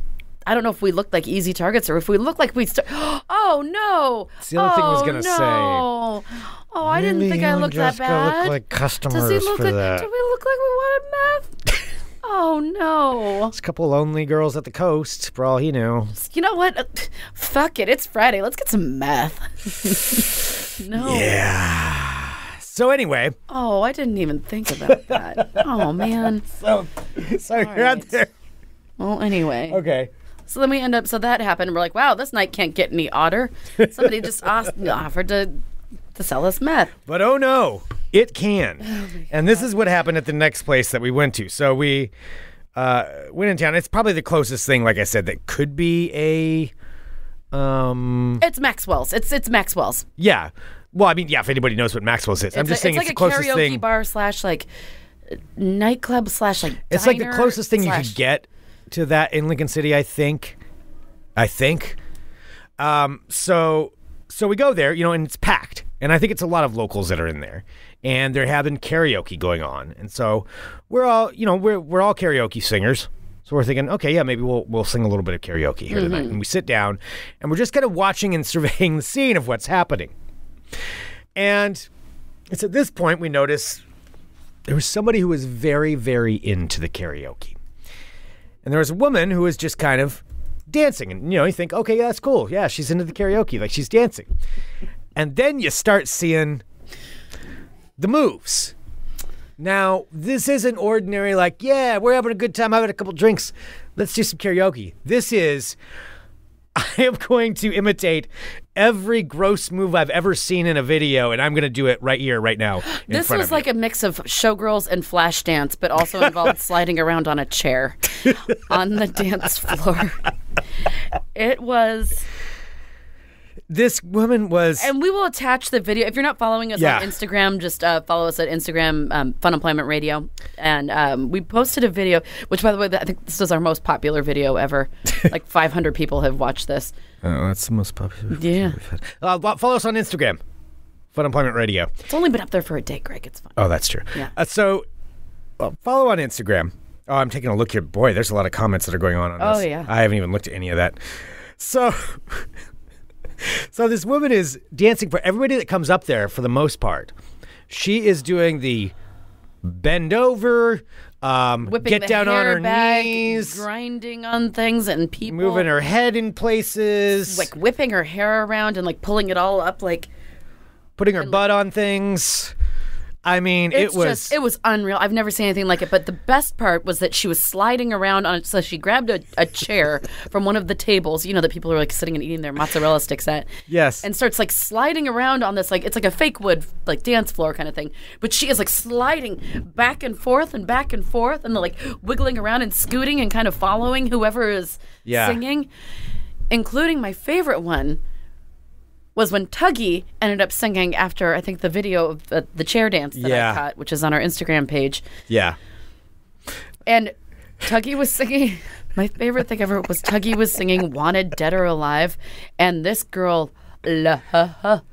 Speaker 6: I don't know if we looked like easy targets or if we looked like we'd start. Oh, no.
Speaker 5: the only thing I was
Speaker 6: Oh,
Speaker 5: gonna say.
Speaker 6: no. Oh, I didn't think I looked that bad. Does he look like, Do we look like we wanted meth? oh, no.
Speaker 5: It's a couple lonely girls at the coast, for all he knew.
Speaker 6: You know what? Fuck it. It's Friday. Let's get some meth. no.
Speaker 5: So anyway,
Speaker 6: Oh, I didn't even think about that. oh, man.
Speaker 5: so so you're out
Speaker 6: right.
Speaker 5: there.
Speaker 6: Well, anyway.
Speaker 5: Okay,
Speaker 6: So then we end up. So that happened. We're like, wow, this night can't get any odder. Somebody just asked, offered to to sell us meth.
Speaker 5: but oh no, it can.
Speaker 6: Oh
Speaker 5: and this is what happened at the next place that we went to. So we uh, went in town. It's probably the closest thing, like I said, that could be a. Mm.
Speaker 6: It's Maxwell's. It's it's Maxwell's.
Speaker 5: Yeah. Well, I mean, yeah, if anybody knows what Maxwell's is, I'm
Speaker 6: It's
Speaker 5: just
Speaker 6: a-
Speaker 5: saying
Speaker 6: it's
Speaker 5: it's,
Speaker 6: like
Speaker 5: the closest
Speaker 6: a karaoke
Speaker 5: thing.
Speaker 6: bar slash like nightclub slash like.
Speaker 5: it's like the
Speaker 6: diner
Speaker 5: closest thing you
Speaker 6: slash-
Speaker 5: could get to that in Lincoln City, I think. I think. Um, so so we go there, you know, and it's packed. And I think it's a lot of locals that are in there. And they're having karaoke going on. And so we're all, you know, we're we're all karaoke singers. So we're thinking, okay, yeah, maybe we'll we'll sing a little bit of karaoke here
Speaker 6: Mm-hmm.
Speaker 5: tonight. And we sit down and we're just kind of watching and surveying the scene of what's happening. And it's at this point we notice there was somebody who was very, very into the karaoke. And there was a woman who was just kind of dancing. And, you know, you think, okay, yeah, that's cool. Yeah, she's into the karaoke. Like, she's dancing. And then you start seeing the moves. Now, this isn't ordinary, like, yeah, we're having a good time. I've had a couple drinks. Let's do some karaoke. This is, I am going to imitate every gross move I've ever seen in a video, and I'm going to do it right here, right now. in
Speaker 6: This
Speaker 5: front
Speaker 6: was
Speaker 5: of you.
Speaker 6: like a mix of showgirls and Flashdance, but also involved sliding around on a chair on the dance floor. It was,
Speaker 5: this woman was.
Speaker 6: and we will attach the video. If you're not following us
Speaker 5: Yeah.
Speaker 6: on Instagram, just uh, follow us at Instagram um, Fun Employment Radio, and um, we posted a video. Which, by the way, I think this was our most popular video ever. like 500 people have watched this.
Speaker 5: Oh, that's the most popular.
Speaker 6: Yeah,
Speaker 5: Uh, lo- follow us on Instagram, Fun Employment Radio.
Speaker 6: it's only been up there for a day, Greg. It's fine.
Speaker 5: Oh, that's true.
Speaker 6: Yeah.
Speaker 5: Uh, so well, follow on Instagram. Oh, I'm taking a look here. Boy, there's a lot of comments that are going on on
Speaker 6: Oh,
Speaker 5: this.
Speaker 6: yeah.
Speaker 5: I haven't even looked at any of that. So, so this woman is dancing for everybody that comes up there for the most part. She is doing the bend over, um,
Speaker 6: Whipping
Speaker 5: get
Speaker 6: the
Speaker 5: down on
Speaker 6: hair
Speaker 5: her
Speaker 6: back,
Speaker 5: knees,
Speaker 6: grinding on things, and people
Speaker 5: moving her head in places,
Speaker 6: like whipping her hair around and like pulling it all up like
Speaker 5: putting her butt on things. I mean,
Speaker 6: it's
Speaker 5: it was
Speaker 6: just it was unreal i've never seen anything like it but the best part was that she was sliding around on it so she grabbed a, a chair from one of the tables you know that people are like sitting and eating their mozzarella sticks at
Speaker 5: Yes.
Speaker 6: and starts like sliding around on this like it's like a fake wood like dance floor kind of thing but she is like sliding back and forth and back and forth and like wiggling around and scooting and kind of following whoever is
Speaker 5: Yeah.
Speaker 6: singing including my favorite one was when Tuggy ended up singing after I think the video of uh, the, the chair dance that
Speaker 5: Yeah.
Speaker 6: I caught, which is on our Instagram page.
Speaker 5: yeah.
Speaker 6: And Tuggy was singing. My favorite thing ever was Tuggy was singing "Wanted Dead or Alive," and this girl loved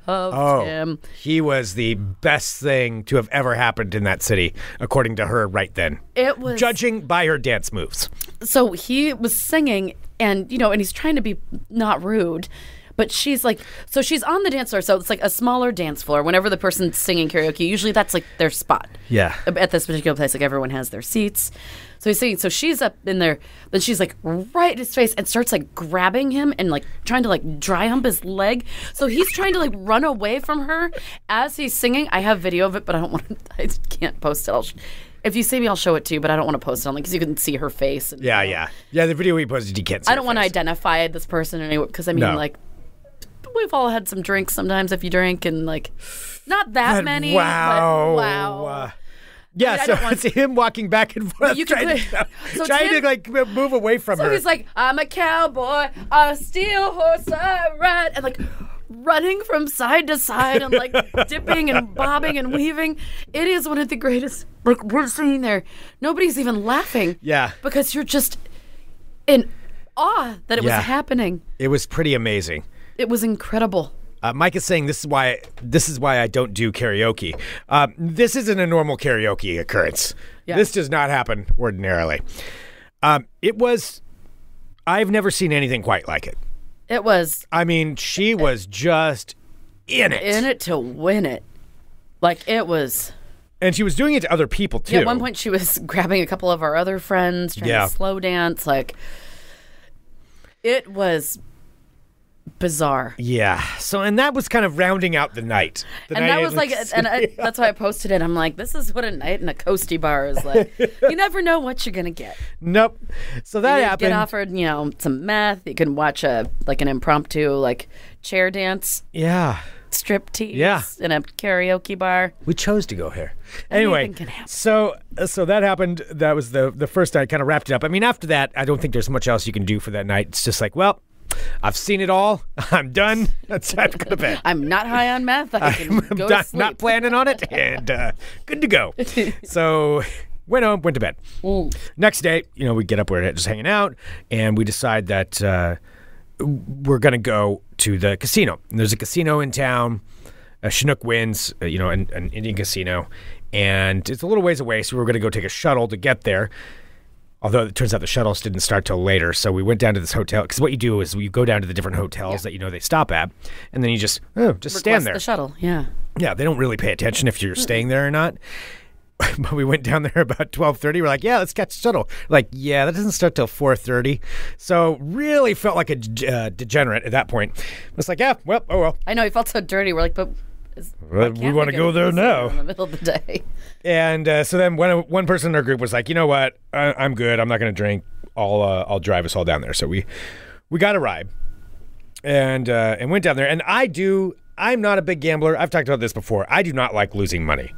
Speaker 5: Oh,
Speaker 6: him.
Speaker 5: he was the best thing to have ever happened in that city, according to her right then.
Speaker 6: It was
Speaker 5: Judging by her dance moves.
Speaker 6: so he was singing and you know and he's trying to be not rude but she's like so she's on the dance floor so it's like a smaller dance floor whenever the person's singing karaoke usually that's like their spot
Speaker 5: Yeah.
Speaker 6: at this particular place like everyone has their seats so he's singing so she's up in there then she's like right at his face and starts like grabbing him and like trying to like dry hump his leg so he's trying to like run away from her as he's singing i have video of it but i don't want to i can't post it i'll sh- if you see me i'll show it to you but i don't want to post it online because you can see her face and
Speaker 5: Yeah, yeah. Yeah, the video we posted, you can't see
Speaker 6: I don't
Speaker 5: her
Speaker 6: want to
Speaker 5: face.
Speaker 6: identify this person anyway because I mean,
Speaker 5: No.
Speaker 6: like, we've all had some drinks sometimes if you drink, and like, not that
Speaker 5: But
Speaker 6: many. But
Speaker 5: Wow.
Speaker 6: wow.
Speaker 5: Uh, yeah,
Speaker 6: I
Speaker 5: so
Speaker 6: don't want-
Speaker 5: it's him walking back and forth,
Speaker 6: you can
Speaker 5: trying, to,
Speaker 6: clear- So
Speaker 5: trying
Speaker 6: Tim-
Speaker 5: to like m- move away from
Speaker 6: so
Speaker 5: her.
Speaker 6: he's like, I'm a cowboy, a steel horse I ride, and like running from side to side and like dipping and bobbing and weaving. It is one of the greatest. Like, we're sitting there. Nobody's even laughing.
Speaker 5: Yeah.
Speaker 6: Because you're just in awe that it
Speaker 5: Yeah.
Speaker 6: was happening.
Speaker 5: it was pretty amazing.
Speaker 6: It was incredible.
Speaker 5: Uh, Mike is saying this is why this is why I don't do karaoke. Um, this isn't a normal karaoke occurrence.
Speaker 6: Yeah.
Speaker 5: This does not happen ordinarily. Um, it was. I've never seen anything quite like it.
Speaker 6: It was
Speaker 5: I mean, she was just in it,
Speaker 6: in it to win it. Like it was.
Speaker 5: and she was doing it to other people too.
Speaker 6: At one point, she was grabbing a couple of our other friends, trying
Speaker 5: Yeah.
Speaker 6: to slow dance. Like it was bizarre.
Speaker 5: yeah. So, and that was kind of rounding out the night. The
Speaker 6: And
Speaker 5: night
Speaker 6: that
Speaker 5: in
Speaker 6: was like,
Speaker 5: Lake
Speaker 6: and I,
Speaker 5: City.
Speaker 6: that's why I posted it. I'm like, this is what a night in a coasty bar is like. you never know what you're gonna get.
Speaker 5: nope. So that
Speaker 6: You
Speaker 5: happened.
Speaker 6: get offered, you know, some meth. You can watch a like an impromptu like chair dance,
Speaker 5: yeah.
Speaker 6: strip tease,
Speaker 5: Yeah.
Speaker 6: in a karaoke bar.
Speaker 5: We chose to go here. Anyway,
Speaker 6: Anything can happen.
Speaker 5: so uh, so that happened. That was the the first night. Kind of wrapped it up. I mean, after that, I don't think there's much else you can do for that night. It's just like, well, I've seen it all. I'm done. That's time to go to bed.
Speaker 6: I'm not high on meth. I can
Speaker 5: I'm
Speaker 6: go to
Speaker 5: done-
Speaker 6: sleep.
Speaker 5: not planning on it, and uh, good to go. so went home, went to bed.
Speaker 6: Mm.
Speaker 5: Next day, you know, we get up, we're just hanging out, and we decide that uh, we're gonna go to the casino. And there's a casino in town, uh, Chinook Winds, uh, you know, an, an Indian casino, and it's a little ways away, so we we're gonna go take a shuttle to get there. Although it turns out the shuttles didn't start till later, so we went down to this hotel. Because what you do is you go down to the different hotels that you know they stop at, and then you just oh, just
Speaker 6: Request
Speaker 5: stand there.
Speaker 6: The shuttle, yeah.
Speaker 5: Yeah, they don't really pay attention if you're staying there or not. but we went down there about 12.30 we're like yeah let's catch shuttle like yeah that doesn't start till 4.30 so really felt like a d- uh, degenerate at that point it's like yeah well oh well
Speaker 6: I know he felt so dirty. We're like, but is, why
Speaker 5: Well, we
Speaker 6: can't
Speaker 5: wanna
Speaker 6: get
Speaker 5: go
Speaker 6: a
Speaker 5: there
Speaker 6: pizza
Speaker 5: now.
Speaker 6: in the middle of the day.
Speaker 5: and uh, so then one, one person in our group was like you know what I, i'm good i'm not going to drink i'll uh, i'll drive us all down there so we we got a ride and uh, and went down there. And I do. I'm not a big gambler. I've talked about this before. I do not like losing money,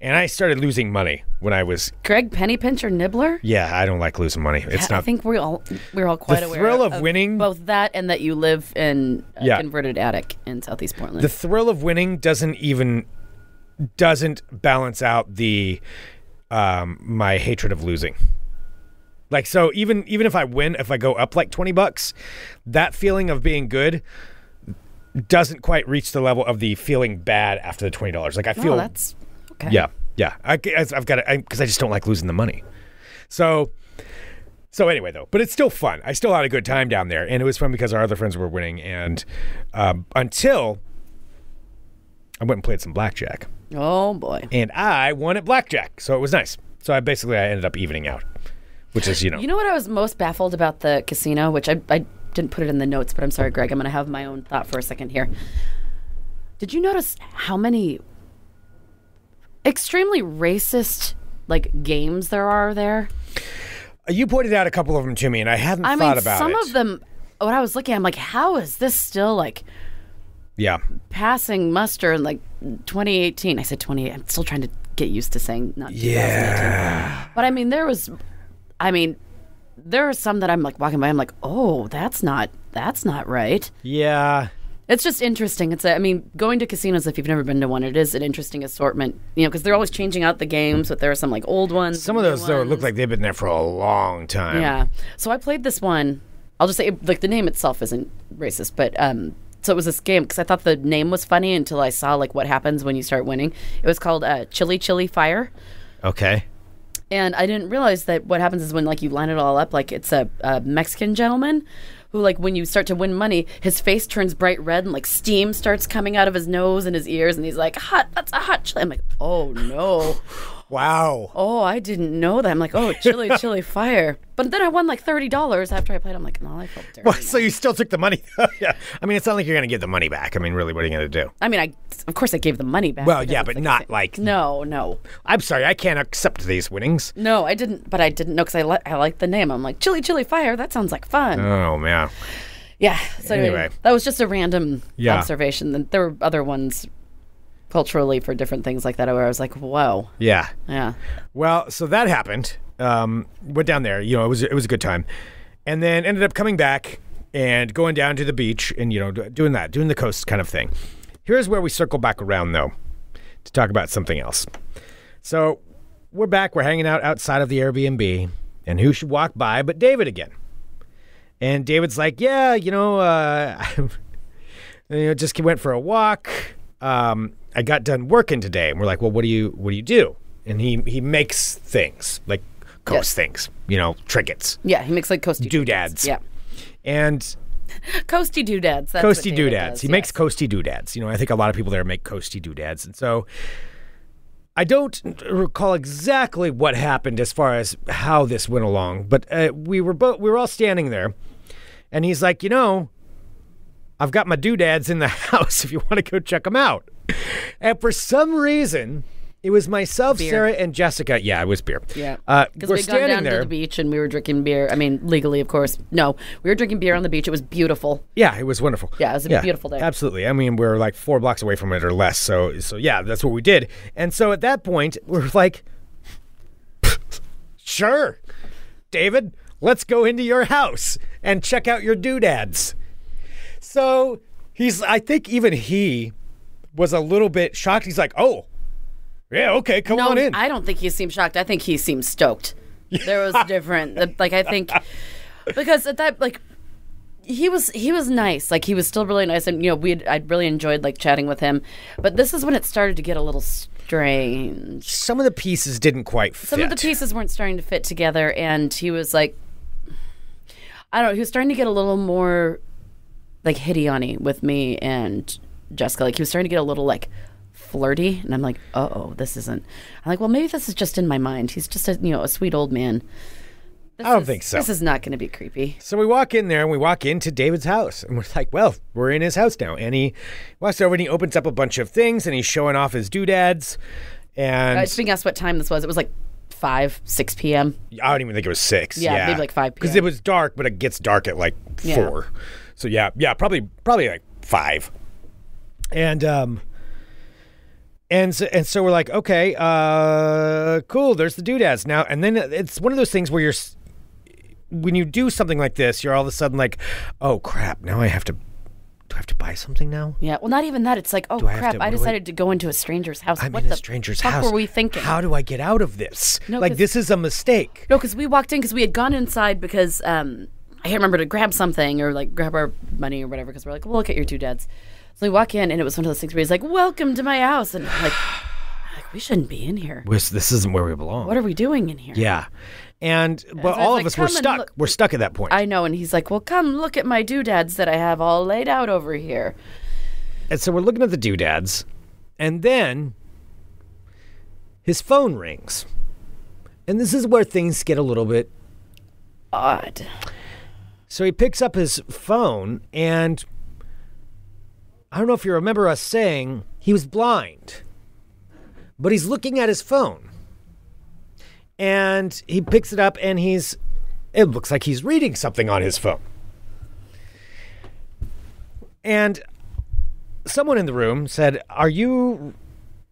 Speaker 5: and I started losing money when I was.
Speaker 6: Greg Penny Pinch or Nibbler?
Speaker 5: Yeah, I don't like losing money. It's
Speaker 6: I
Speaker 5: not.
Speaker 6: think we all we're all quite aware
Speaker 5: thrill of winning-
Speaker 6: both that and that you live in a
Speaker 5: Yeah.
Speaker 6: converted attic in Southeast Portland.
Speaker 5: the thrill of winning doesn't even doesn't balance out the um, my hatred of losing. Like so, even even if I win, if I go up like twenty bucks, that feeling of being good doesn't quite reach the level of the feeling bad after the twenty dollars. Like I
Speaker 6: oh,
Speaker 5: feel
Speaker 6: that's okay.
Speaker 5: Yeah, yeah. I, have got to because I just don't like losing the money. So, so anyway, though, but it's still fun. I still had a good time down there, and it was fun because our other friends were winning. And um, until I went and played some blackjack,
Speaker 6: Oh boy.
Speaker 5: and I won at blackjack, so it was nice. So I basically I ended up evening out, which is you know,
Speaker 6: You know what I was most baffled about the casino, which I, I didn't put it in the notes, but I'm sorry, Greg. I'm going to have my own thought for a second here. Did you notice how many extremely racist like games there are there?
Speaker 5: you pointed out a couple of them to me, and I hadn't
Speaker 6: I
Speaker 5: thought
Speaker 6: mean,
Speaker 5: about
Speaker 6: some
Speaker 5: it.
Speaker 6: of them. When I was looking, I'm like, how is this still like
Speaker 5: yeah,
Speaker 6: passing muster in like 2018? I said 28. I'm still trying to get used to saying not 2018. But I mean, there was, I mean, there are some that I'm like walking by. I'm like, oh, that's not that's not right.
Speaker 5: yeah.
Speaker 6: It's just interesting. It's a, I mean, going to casinos if you've never been to one, it is an interesting assortment. You know, because they're always changing out the games, but there are some like old ones.
Speaker 5: Some of
Speaker 6: new
Speaker 5: those though look
Speaker 6: ones.
Speaker 5: like they've been there for a long time.
Speaker 6: Yeah. So I played this one. I'll just say, like, the name itself isn't racist, but um, so it was this game because I thought the name was funny until I saw like what happens when you start winning. It was called uh, Chili Chili Fire,
Speaker 5: Okay.
Speaker 6: and I didn't realize that what happens is when like you line it all up, like it's a, a Mexican gentleman who like when you start to win money, his face turns bright red and like steam starts coming out of his nose and his ears, and he's like, "Hot, that's a hot chili." I'm like, "Oh no."
Speaker 5: Wow.
Speaker 6: oh, I didn't know that. I'm like, oh, chili, chili, fire. But then I won like thirty dollars after I played. I'm like, no, I felt dirty.
Speaker 5: Well, so you still took the money. Oh, yeah. I mean, it's not like you're going to get the money back. I mean, really, what are you going to do?
Speaker 6: I mean, I of course I gave the money back.
Speaker 5: Well,
Speaker 6: because
Speaker 5: yeah,
Speaker 6: it's
Speaker 5: but
Speaker 6: like-
Speaker 5: not like.
Speaker 6: No, no,
Speaker 5: I'm sorry, I can't accept these winnings.
Speaker 6: no. I didn't, but I didn't know because I li- I like the name. I'm like, chili, chili, fire. That sounds like fun.
Speaker 5: Oh man.
Speaker 6: yeah. So anyway,
Speaker 5: anyway.
Speaker 6: that was just a random
Speaker 5: Yeah.
Speaker 6: observation. And there were other ones culturally for different things like that where I was like, whoa,
Speaker 5: Yeah.
Speaker 6: yeah.
Speaker 5: Well, so that happened. Um, went down there. You know, it was it was a good time, and then ended up coming back and going down to the beach and you know do- doing that, doing the coast kind of thing. Here's where we circle back around though to talk about something else. So we're back. We're hanging out outside of the Airbnb, and who should walk by but David again? And David's like, "Yeah, you know, uh, you know, just went for a walk. Um, I got done working today, and we're like, well, what do you what do you do? And he he makes things like coast
Speaker 6: Yes.
Speaker 5: things, you know, trinkets,
Speaker 6: Yeah, he makes like coasty
Speaker 5: Doodads.
Speaker 6: Yeah,
Speaker 5: and
Speaker 6: coasty doodads. That's what
Speaker 5: coasty
Speaker 6: David
Speaker 5: doodads.
Speaker 6: does,
Speaker 5: he makes
Speaker 6: yes.
Speaker 5: coasty doodads. You know, I think a lot of people there make coasty doodads, and so I don't recall exactly what happened as far as how this went along, but uh, we were both we were all standing there, and he's like, you know, I've got my doodads in the house. If you want to go check them out, and for some reason. It was myself,
Speaker 6: Beer.
Speaker 5: Sarah, and Jessica. Yeah, it was beer.
Speaker 6: Yeah,
Speaker 5: uh,
Speaker 6: because
Speaker 5: we're
Speaker 6: we'd gone
Speaker 5: standing
Speaker 6: down
Speaker 5: there.
Speaker 6: to the beach and we were drinking beer. I mean, legally, of course. No, we were drinking beer on the beach. It was beautiful.
Speaker 5: Yeah, it was wonderful.
Speaker 6: Yeah, it was a beautiful day.
Speaker 5: Absolutely. I mean, we are like four blocks away from it or less. So, so yeah, that's what we did. And so at that point, we're like, sure, David, let's go into your house and check out your doodads. So he's, I think even he was a little bit shocked. He's like, oh, yeah, okay, come
Speaker 6: No,
Speaker 5: on in.
Speaker 6: I don't think he seemed shocked. I think he seemed stoked. There was different. Like I think because at that like he was he was nice. Like he was still really nice, and you know we would I'd really enjoyed like chatting with him. But this is when it started to get a little strange.
Speaker 5: Some of the pieces didn't quite fit.
Speaker 6: some of the pieces weren't starting to fit together and he was like i don't know he was starting to get a little more like hideon with me and jessica like he was starting to get a little like flirty, and I'm like, uh oh, this isn't. I'm like, well, maybe this is just in my mind. He's just a you know a sweet old man. This
Speaker 5: I don't
Speaker 6: is-
Speaker 5: think so.
Speaker 6: This is not going to be creepy.
Speaker 5: So we walk in there and we walk into David's house and we're like, well, we're in his house now. And he walks over and he opens up a bunch of things and he's showing off his doodads. And
Speaker 6: I was being asked what time this was. It was like five, six p.m.
Speaker 5: I don't even think it was six.
Speaker 6: Yeah, maybe like 5
Speaker 5: Because it
Speaker 6: PM.
Speaker 5: was dark, but it gets dark at like
Speaker 6: Yeah.
Speaker 5: four. So yeah, yeah, probably probably like five. And um and so, and so we're like, okay, uh cool, there's the doodads now. And then it's one of those things where you're s- when you do something like this, you're all of a sudden like, oh crap, now I have to do I have to buy something now?
Speaker 6: Yeah. Well, not even that. It's like, oh
Speaker 5: I have
Speaker 6: crap!
Speaker 5: to-
Speaker 6: I
Speaker 5: what do I-
Speaker 6: decided to go into a stranger's house.
Speaker 5: I'm
Speaker 6: what
Speaker 5: in
Speaker 6: the
Speaker 5: a stranger's
Speaker 6: fuck
Speaker 5: house.
Speaker 6: were we thinking?
Speaker 5: How do I get out of this?
Speaker 6: No,
Speaker 5: like
Speaker 6: 'cause-
Speaker 5: this is a mistake.
Speaker 6: No, because we walked in because we had gone inside because um, I can't remember to grab something or like grab our money or whatever because we're like, well, look at your two dads. So we walk in and it was one of those things where he's like, "Welcome to my house," and I'm like, like we shouldn't be in here.
Speaker 5: This, this isn't where we belong.
Speaker 6: What are we doing in here?
Speaker 5: Yeah. And but
Speaker 6: so
Speaker 5: all
Speaker 6: it's
Speaker 5: of
Speaker 6: like,
Speaker 5: us were
Speaker 6: come and
Speaker 5: stuck.
Speaker 6: look-
Speaker 5: We're stuck at that point.
Speaker 6: I know, and he's like, "Well, come look at my doodads that I have all laid out over here."
Speaker 5: and so we're looking at the doodads, and then his phone rings. And this is where things get a little bit
Speaker 6: Odd.
Speaker 5: So he picks up his phone, and I don't know if you remember us saying he was blind, but he's looking at his phone. And he picks it up, and he's, it looks like he's reading something on his phone. And someone in the room said, Are you,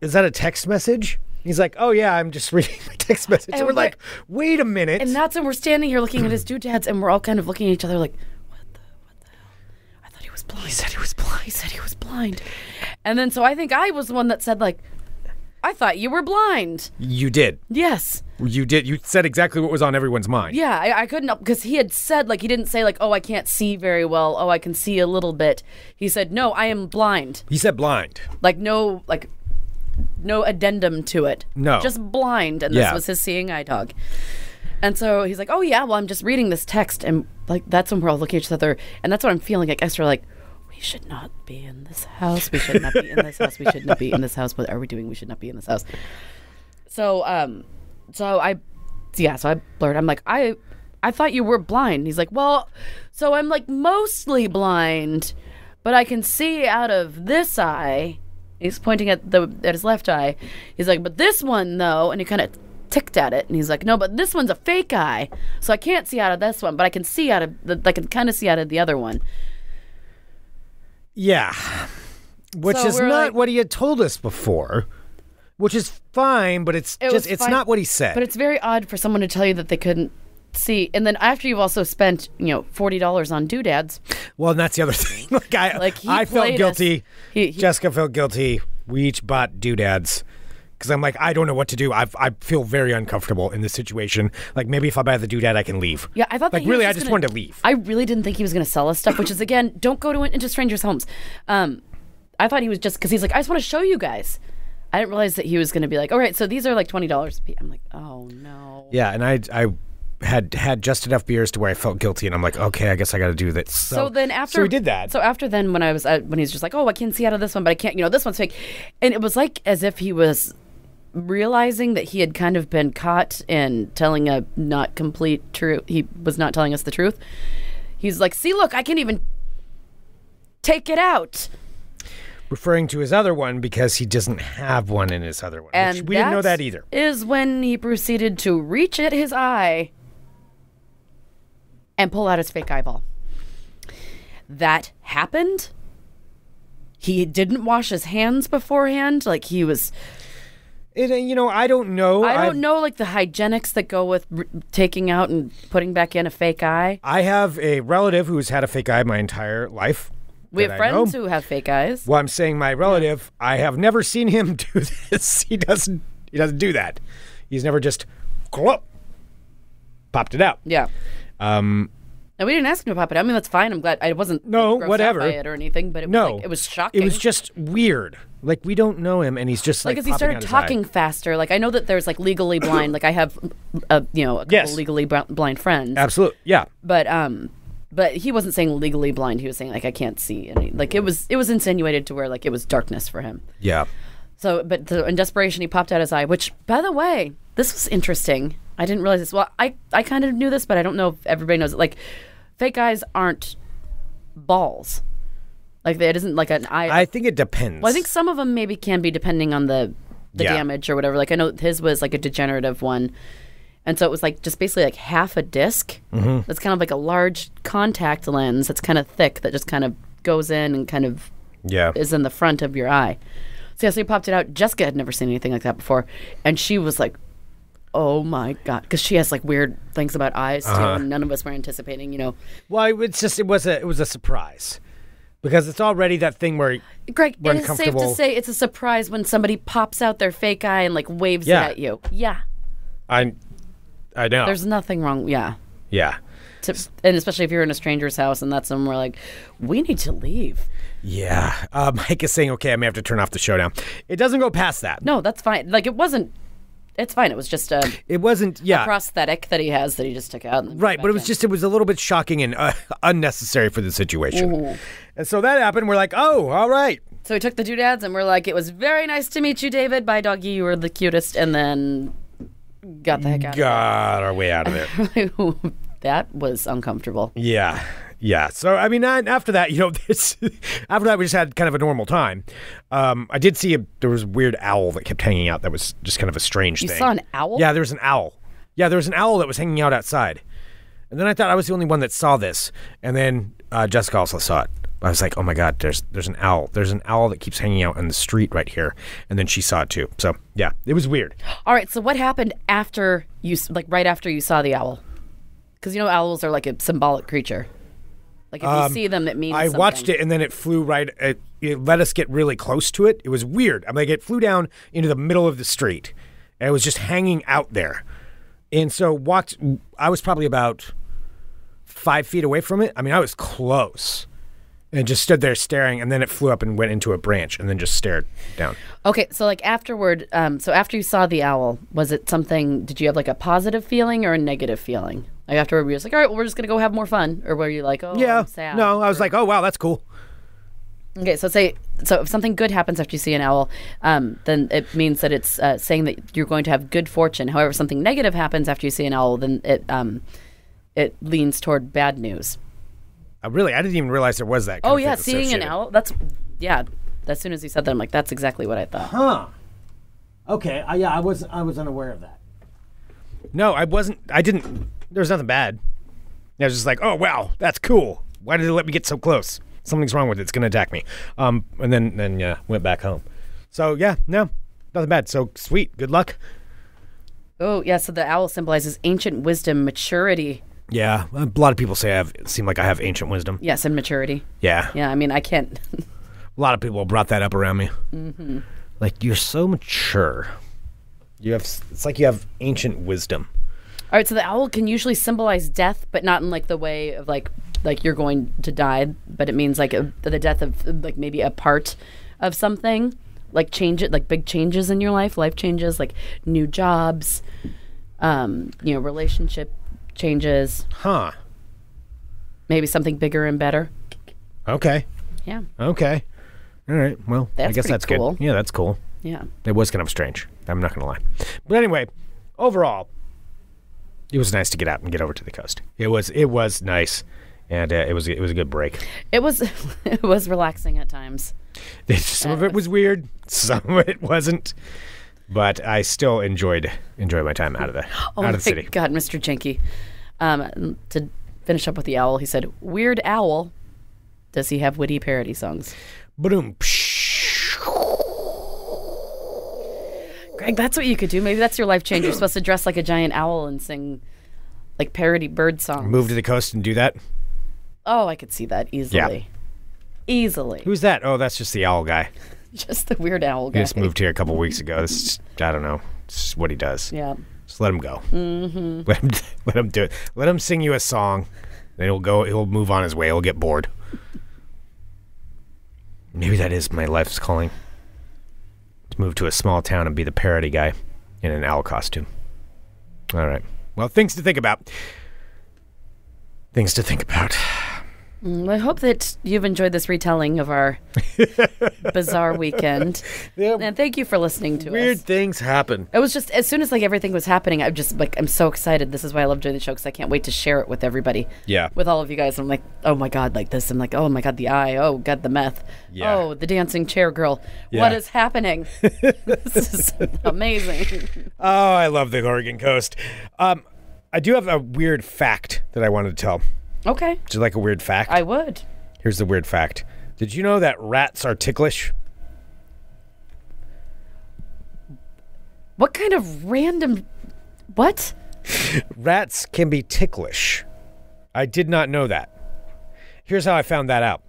Speaker 5: is that a text message? He's like, Oh, yeah, I'm just reading my text message.
Speaker 6: And
Speaker 5: And we're
Speaker 6: we're-
Speaker 5: like, Wait a minute.
Speaker 6: And that's when we're standing here looking at his doodads, and we're all kind of looking at each other like, "What the? What the hell? I thought he was blind." He said he was blind. He said he was blind. And then so I think I was the one that said like, "I thought you were blind."
Speaker 5: you did.
Speaker 6: Yes.
Speaker 5: You did. You said exactly what was on everyone's mind.
Speaker 6: Yeah, I, I couldn't because he had said like he didn't say like, "Oh, I can't see very well. Oh, I can see a little bit." He said, "No, I am blind."
Speaker 5: He said blind.
Speaker 6: Like no like. No addendum to it.
Speaker 5: No.
Speaker 6: Just blind. And
Speaker 5: Yeah.
Speaker 6: this was his seeing eye dog. And so he's like, "Oh yeah, well I'm just reading this text," and like that's when we're all looking at each other, and that's what I'm feeling like extra like, we should not be in this house. We should not be in this house. We should not be in this house. What are we doing? We should not be in this house. So um, so I, yeah, so I blurred. I'm like, I, I thought you were blind. He's like, well, so I'm like mostly blind, but I can see out of this eye. He's pointing at the at his left eye. He's like, but this one though, and he kind of ticked at it, and he's like, no, but this one's a fake eye, so I can't see out of this one, but I can see out of the, I can kind of see out of the other one.
Speaker 5: Yeah. Which
Speaker 6: So
Speaker 5: is
Speaker 6: we're
Speaker 5: not
Speaker 6: like-
Speaker 5: what he had told us before. Which is fine, but it's
Speaker 6: It was
Speaker 5: just it's
Speaker 6: fine,
Speaker 5: not what he said.
Speaker 6: But it's very odd for someone to tell you that they couldn't see, and then after you've also spent you know forty dollars on doodads.
Speaker 5: well, and that's the other thing. like I
Speaker 6: Like, he
Speaker 5: I felt
Speaker 6: played
Speaker 5: guilty.
Speaker 6: us. He- he-
Speaker 5: Jessica felt guilty. We each bought doodads. Cause I'm like I don't know what to do. I I feel very uncomfortable in this situation. Like maybe if I buy the doodad, I can leave.
Speaker 6: Yeah, I thought that
Speaker 5: like
Speaker 6: he was
Speaker 5: really I just
Speaker 6: gonna-
Speaker 5: wanted to leave.
Speaker 6: I really didn't think he was going to sell us stuff, which is again, don't go to into strangers' homes. Um, I thought he was just because he's like, I just want to show you guys. I didn't realize that he was going to be like, all right, so these are like twenty dollars. I'm like, oh no.
Speaker 5: yeah, and I I had had just enough beers to where I felt guilty, and I'm like, okay, I guess I got to do this. So,
Speaker 6: So then after
Speaker 5: so we did that.
Speaker 6: So after then, when I was uh, when he's just like, oh, I can see out of this one, but I can't. You know, this one's fake, and it was like as if he was realizing that he had kind of been caught in telling a not complete truth. He was not telling us the truth. He's like, see, look, I can even take it out.
Speaker 5: referring to his other one because he doesn't have one in his other one.
Speaker 6: And
Speaker 5: which we didn't know
Speaker 6: that
Speaker 5: that either.
Speaker 6: Is when he proceeded to reach at his eye and pull out his fake eyeball. That happened. He didn't wash his hands beforehand. Like he was,
Speaker 5: It, uh, you know, I don't know.
Speaker 6: I
Speaker 5: I've-
Speaker 6: don't know, like the hygienics that go with r- taking out and putting back in a fake eye.
Speaker 5: I have a relative who's had a fake eye my entire life.
Speaker 6: We
Speaker 5: that
Speaker 6: have
Speaker 5: I know.
Speaker 6: friends who have fake eyes.
Speaker 5: Well, I'm saying my relative. I have never seen him do this. He doesn't. He doesn't do that. He's never just glop, popped it out.
Speaker 6: Yeah.
Speaker 5: Um,
Speaker 6: And we didn't ask him to pop it. I mean, that's fine. I'm glad I wasn't like,
Speaker 5: No,
Speaker 6: grossed out
Speaker 5: whatever.
Speaker 6: by it or anything. But it was
Speaker 5: no,
Speaker 6: like, it was shocking.
Speaker 5: It was just weird. Like we don't know him, and he's just like
Speaker 6: like as he
Speaker 5: popping
Speaker 6: started
Speaker 5: out his eye.
Speaker 6: talking faster like i know that there's like legally blind like i have a you know a couple
Speaker 5: Yes.
Speaker 6: legally br- blind friends
Speaker 5: Absolute, yeah.
Speaker 6: but um but he wasn't saying legally blind he was saying like i can't see any like it was it was insinuated to where like it was darkness for him
Speaker 5: Yeah.
Speaker 6: So, but the, in desperation, he popped out his eye. Which, by the way, this was interesting. I didn't realize this. Well, I I kind of knew this, but I don't know if everybody knows it. Like, fake eyes aren't balls. Like, it isn't like an eye.
Speaker 5: I think it depends.
Speaker 6: Well, I think some of them maybe can be depending on the the
Speaker 5: Yeah.
Speaker 6: damage or whatever. Like I know his was like a degenerative one, and so it was like just basically like half a disk. Mm-hmm. That's kind of like a large contact lens that's kind of thick that just kind of goes in and kind of
Speaker 5: yeah.
Speaker 6: is in the front of your eye. So yeah, so he popped it out. Jessica had never seen anything like that before, and she was like. Oh my god! Because she has like weird things about eyes too, and none of us were anticipating. You know,
Speaker 5: Well, it's just it was a it was a surprise because it's already that thing where
Speaker 6: Greg,
Speaker 5: We're
Speaker 6: it is safe to
Speaker 5: uncomfortable.
Speaker 6: say it's a surprise when somebody pops out their fake eye and like waves
Speaker 5: Yeah.
Speaker 6: it at you. Yeah.
Speaker 5: I I know.
Speaker 6: There's nothing wrong. Yeah.
Speaker 5: yeah.
Speaker 6: To, and especially if you're in a stranger's house and that's when we're like, we need to leave.
Speaker 5: Yeah. Uh, Mike is saying, okay, I may have to turn off the show now. It doesn't go past that.
Speaker 6: No, that's fine. Like it wasn't. It's fine. It was just a
Speaker 5: It wasn't, yeah.
Speaker 6: prosthetic that he has that he just took out. And then put
Speaker 5: right. But
Speaker 6: back
Speaker 5: it was
Speaker 6: in.
Speaker 5: just, it was a little bit shocking and uh, unnecessary for the situation. And so that happened. We're like, oh, all right.
Speaker 6: So we took the doodads and we're like, it was very nice to meet you, David. Bye, doggy. You were the cutest. And then got the heck out.
Speaker 5: Got our way out of there.
Speaker 6: God. that was uncomfortable.
Speaker 5: yeah. Yeah. So, I mean, I, after that, you know, this, after that, we just had kind of a normal time. Um, I did see a, there was a weird owl that kept hanging out that was just kind of a strange
Speaker 6: You
Speaker 5: thing.
Speaker 6: saw an owl?
Speaker 5: Yeah, there was an owl. Yeah, there was an owl that was hanging out outside. And then I thought I was the only one that saw this. And then uh, Jessica also saw it. I was like, oh my God, there's there's an owl. There's an owl that keeps hanging out in the street right here. And then she saw it too. So yeah, it was weird.
Speaker 6: All right. So what happened after you, s- like right after you saw the owl? Because you know owls are like a symbolic creature. Like if you see them, it means.
Speaker 5: Um, I watched
Speaker 6: something.
Speaker 5: it and then it flew right. It, it let us get really close to it. It was weird. I'm like, it flew down into the middle of the street, and it was just hanging out there. And so walked. I was probably about five feet away from it. I mean, I was close, and just stood there staring. And then it flew up and went into a branch, and then just stared down.
Speaker 6: Okay, so like afterward, um, so after you saw the owl, was it something? Did you have like a positive feeling or a negative feeling? Like afterward, were you just like, all right, well, we're just gonna go have more fun, or were you like, oh,
Speaker 5: yeah.
Speaker 6: I'm sad?
Speaker 5: No, I was like, oh wow, that's cool.
Speaker 6: Okay, so say so if something good happens after you see an owl, um, then it means that it's uh, saying that you're going to have good fortune. However, if something negative happens after you see an owl, then it um, it leans toward bad news.
Speaker 5: I really, I didn't even realize there was that. kind
Speaker 6: Oh
Speaker 5: of
Speaker 6: yeah,
Speaker 5: thing
Speaker 6: seeing an
Speaker 5: associated.
Speaker 6: owl. That's yeah. As soon as you said that, I'm like, that's exactly what I thought.
Speaker 3: Okay, I, yeah, I was I was unaware of that.
Speaker 5: No, I wasn't. I didn't. There was nothing bad. I was just like, oh wow, that's cool. Why did it let me get so close? Something's wrong with it. It's gonna attack me. Um, and then then yeah, went back home. So yeah, no, nothing bad. So sweet. Good luck.
Speaker 6: Oh yeah, so the owl symbolizes ancient wisdom, maturity.
Speaker 5: Yeah, a lot of people say I have seem like I have ancient wisdom.
Speaker 6: Yes, and maturity.
Speaker 5: Yeah,
Speaker 6: Yeah, I mean, I can't.
Speaker 5: a lot of people brought that up around me.
Speaker 6: Mm-hmm.
Speaker 5: Like you're so mature. You have. s- It's like you have ancient wisdom.
Speaker 6: All right, so the owl can usually symbolize death, but not in like the way of like like you're going to die, but it means like a, the death of like maybe a part of something, like change it, like big changes in your life, life changes, like new jobs, um, you know, relationship changes,
Speaker 5: Huh.
Speaker 6: maybe something bigger and better.
Speaker 5: Okay.
Speaker 6: Yeah,
Speaker 5: Okay. All right. Well, I
Speaker 6: That's
Speaker 5: guess
Speaker 6: pretty
Speaker 5: that's
Speaker 6: cool.
Speaker 5: good. Yeah, that's cool.
Speaker 6: yeah.
Speaker 5: It was kind of strange. I'm not going to lie. But anyway, overall, it was nice to get out and get over to the coast. It was it was nice, and uh, it was it was a good break.
Speaker 6: It was it was relaxing at times.
Speaker 5: some of it was weird, some of it wasn't, but I still enjoyed enjoyed my time out of the
Speaker 6: Oh
Speaker 5: out
Speaker 6: my
Speaker 5: of the city.
Speaker 6: God, Mr. Jenke. Um, to finish up with the owl, he said, "Weird owl." Does he have witty parody songs?
Speaker 5: Boom.
Speaker 6: Greg, that's what you could do. Maybe that's your life change. You're supposed to dress like a giant owl and sing like parody bird songs.
Speaker 5: Move to the coast and do that.
Speaker 6: Oh, I could see that easily. Easily.
Speaker 5: Who's that? Oh, that's just the owl guy.
Speaker 6: Just the weird owl
Speaker 5: He
Speaker 6: guy.
Speaker 5: just moved here a couple weeks ago. This is, I don't know. It's just what he does.
Speaker 6: Yeah.
Speaker 5: Just let him go.
Speaker 6: Mm-hmm.
Speaker 5: Let him let him do it. Let him sing you a song. Then he'll go. He'll move on his way. He'll get bored. Maybe that is my life's calling. To move to a small town and be the parody guy in an owl costume. All right. Well, things to think about. Things to think about.
Speaker 6: Well, Mm, I hope that you've enjoyed this retelling of our bizarre weekend.
Speaker 5: Yeah.
Speaker 6: And thank you for listening to
Speaker 5: Weird
Speaker 6: us.
Speaker 5: things happen.
Speaker 6: It was just as soon as like everything was happening, I'm just like I'm so excited. This is why I love doing the show because I can't wait to share it with everybody.
Speaker 5: Yeah.
Speaker 6: with all of you guys. I'm like, oh my god, like this. I'm like, oh my god, the eye. Oh god, the meth.
Speaker 5: Yeah.
Speaker 6: Oh, the dancing chair girl.
Speaker 5: Yeah.
Speaker 6: What is happening? this is amazing.
Speaker 5: Oh, I love the Oregon coast. Um, I do have a weird fact that I wanted to tell.
Speaker 6: Okay,
Speaker 5: Would you like a weird fact?
Speaker 6: I would.
Speaker 5: Here's the weird fact. Did you know that rats are ticklish?
Speaker 6: What kind of random? What?
Speaker 5: Rats can be ticklish. I did not know that. Here's how I found that out.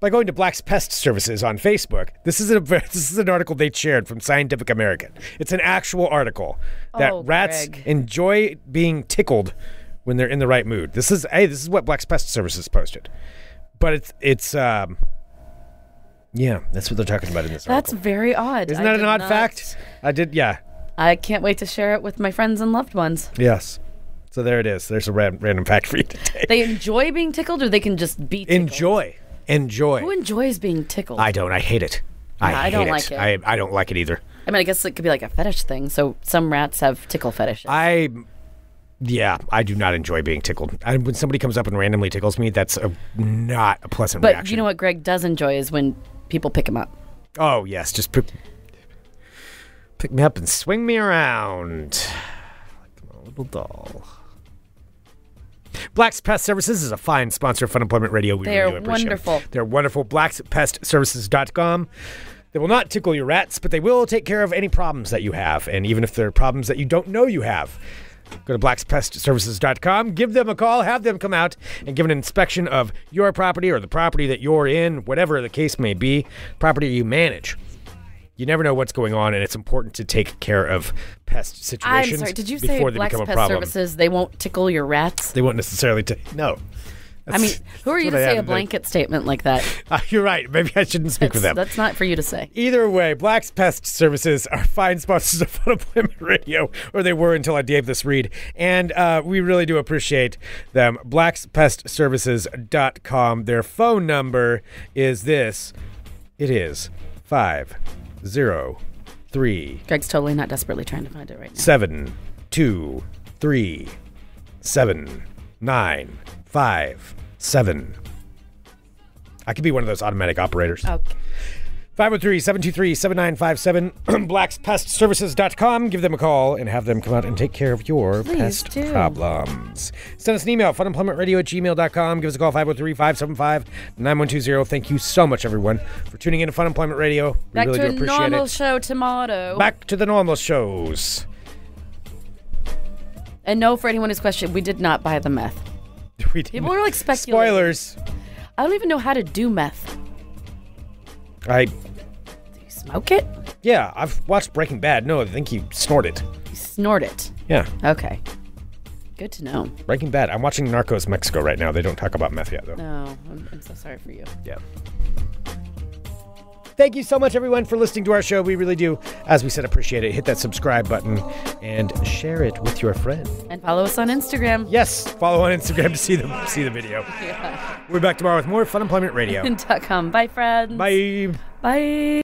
Speaker 5: By going to Black's Pest Services on Facebook, this is, a, this is an article they shared from Scientific American. It's an actual article that
Speaker 6: Oh,
Speaker 5: rats
Speaker 6: Greg.
Speaker 5: enjoy being tickled when they're in the right mood. This is hey, this is what Black's Pest Services posted, but it's it's um, yeah, that's what they're talking about in this
Speaker 6: That's
Speaker 5: article.
Speaker 6: very odd.
Speaker 5: Isn't
Speaker 6: I
Speaker 5: that an
Speaker 6: did
Speaker 5: odd
Speaker 6: not-
Speaker 5: fact? I did, yeah.
Speaker 6: I can't wait to share it with my friends and loved ones.
Speaker 5: Yes. So there it is. There's a ran- random fact for you to take.
Speaker 6: They enjoy being tickled, or they can just be tickled.
Speaker 5: Enjoy. Enjoy.
Speaker 6: Who enjoys being tickled?
Speaker 5: I don't. I hate it. I,
Speaker 6: Yeah, I
Speaker 5: hate
Speaker 6: don't
Speaker 5: it.
Speaker 6: like it.
Speaker 5: I, I don't like it either.
Speaker 6: I mean, I guess it could be like a fetish thing. So some rats have tickle fetishes.
Speaker 5: I, yeah, I do not enjoy being tickled. I, when somebody comes up and randomly tickles me, that's a, not a pleasant
Speaker 6: but
Speaker 5: reaction.
Speaker 6: you know what Greg does enjoy is when people pick him up.
Speaker 5: Oh yes, just pick, pick me up and swing me around like a little doll. Black's Pest Services is a fine sponsor of Fun Employment Radio. We
Speaker 6: They
Speaker 5: really
Speaker 6: are
Speaker 5: appreciate it.
Speaker 6: wonderful.
Speaker 5: They're wonderful. Black'sPestServices.com. They will not tickle your rats, but they will take care of any problems that you have. And even if they're problems that you don't know you have, go to blackspestservices.com, give them a call, have them come out and give an inspection of your property or the property that you're in, whatever the case may be, property you manage. You never know what's going on, and it's important to take care of pest situations
Speaker 6: I'm sorry. Did you say
Speaker 5: before they
Speaker 6: Black's
Speaker 5: become a
Speaker 6: Pest
Speaker 5: problem.
Speaker 6: Services? They won't tickle your rats.
Speaker 5: They won't necessarily take. No.
Speaker 6: I mean, who are you to
Speaker 5: what I
Speaker 6: say a
Speaker 5: haven't done.
Speaker 6: blanket statement like that?
Speaker 5: you're right. Maybe I shouldn't speak for
Speaker 6: That's,
Speaker 5: them.
Speaker 6: that's not for you to say.
Speaker 5: Either way, Black's Pest Services are fine sponsors of Fun Employment Radio, or they were until I gave this read. And uh, we really do appreciate them. Black'sPestServices.com. Their phone number is this it is 503
Speaker 6: Greg's totally not desperately trying to find it right now.
Speaker 5: seven two three seven nine five seven. I could be one of those automatic operators.
Speaker 6: Okay.
Speaker 5: 503-723-7957 blackspestservices.com give them a call and have them come out and take care of your
Speaker 6: Please
Speaker 5: pest
Speaker 6: do.
Speaker 5: problems send us an email funemploymentradio at gmail.com give us a call 503-575-9120 thank you so much everyone for tuning in to fun employment radio we
Speaker 6: Back
Speaker 5: really
Speaker 6: to
Speaker 5: do
Speaker 6: a
Speaker 5: appreciate
Speaker 6: normal
Speaker 5: it
Speaker 6: show tomorrow.
Speaker 5: back to the normal shows
Speaker 6: And no, for anyone who's questioned, we did not buy the meth.
Speaker 5: we didn't-
Speaker 6: People were like speculating.
Speaker 5: spoilers
Speaker 6: I don't even know how to do meth.
Speaker 5: i
Speaker 6: Do you smoke it?
Speaker 5: yeah i've watched breaking bad no i think you snort it
Speaker 6: You snort it.
Speaker 5: yeah
Speaker 6: Okay. Good to know.
Speaker 5: breaking bad i'm watching narcos mexico right now they don't talk about meth yet though
Speaker 6: No, I'm, I'm so sorry for you.
Speaker 5: Yeah. Thank you so much, everyone, for listening to our show. We really do, as we said, appreciate it. Hit that subscribe button and share it with your friend.
Speaker 6: And follow us on Instagram.
Speaker 5: Yes, follow on Instagram to see the see the video. We're back tomorrow with more Fun Employment Radio.
Speaker 6: Dot com. Bye, friends.
Speaker 5: Bye.
Speaker 6: Bye.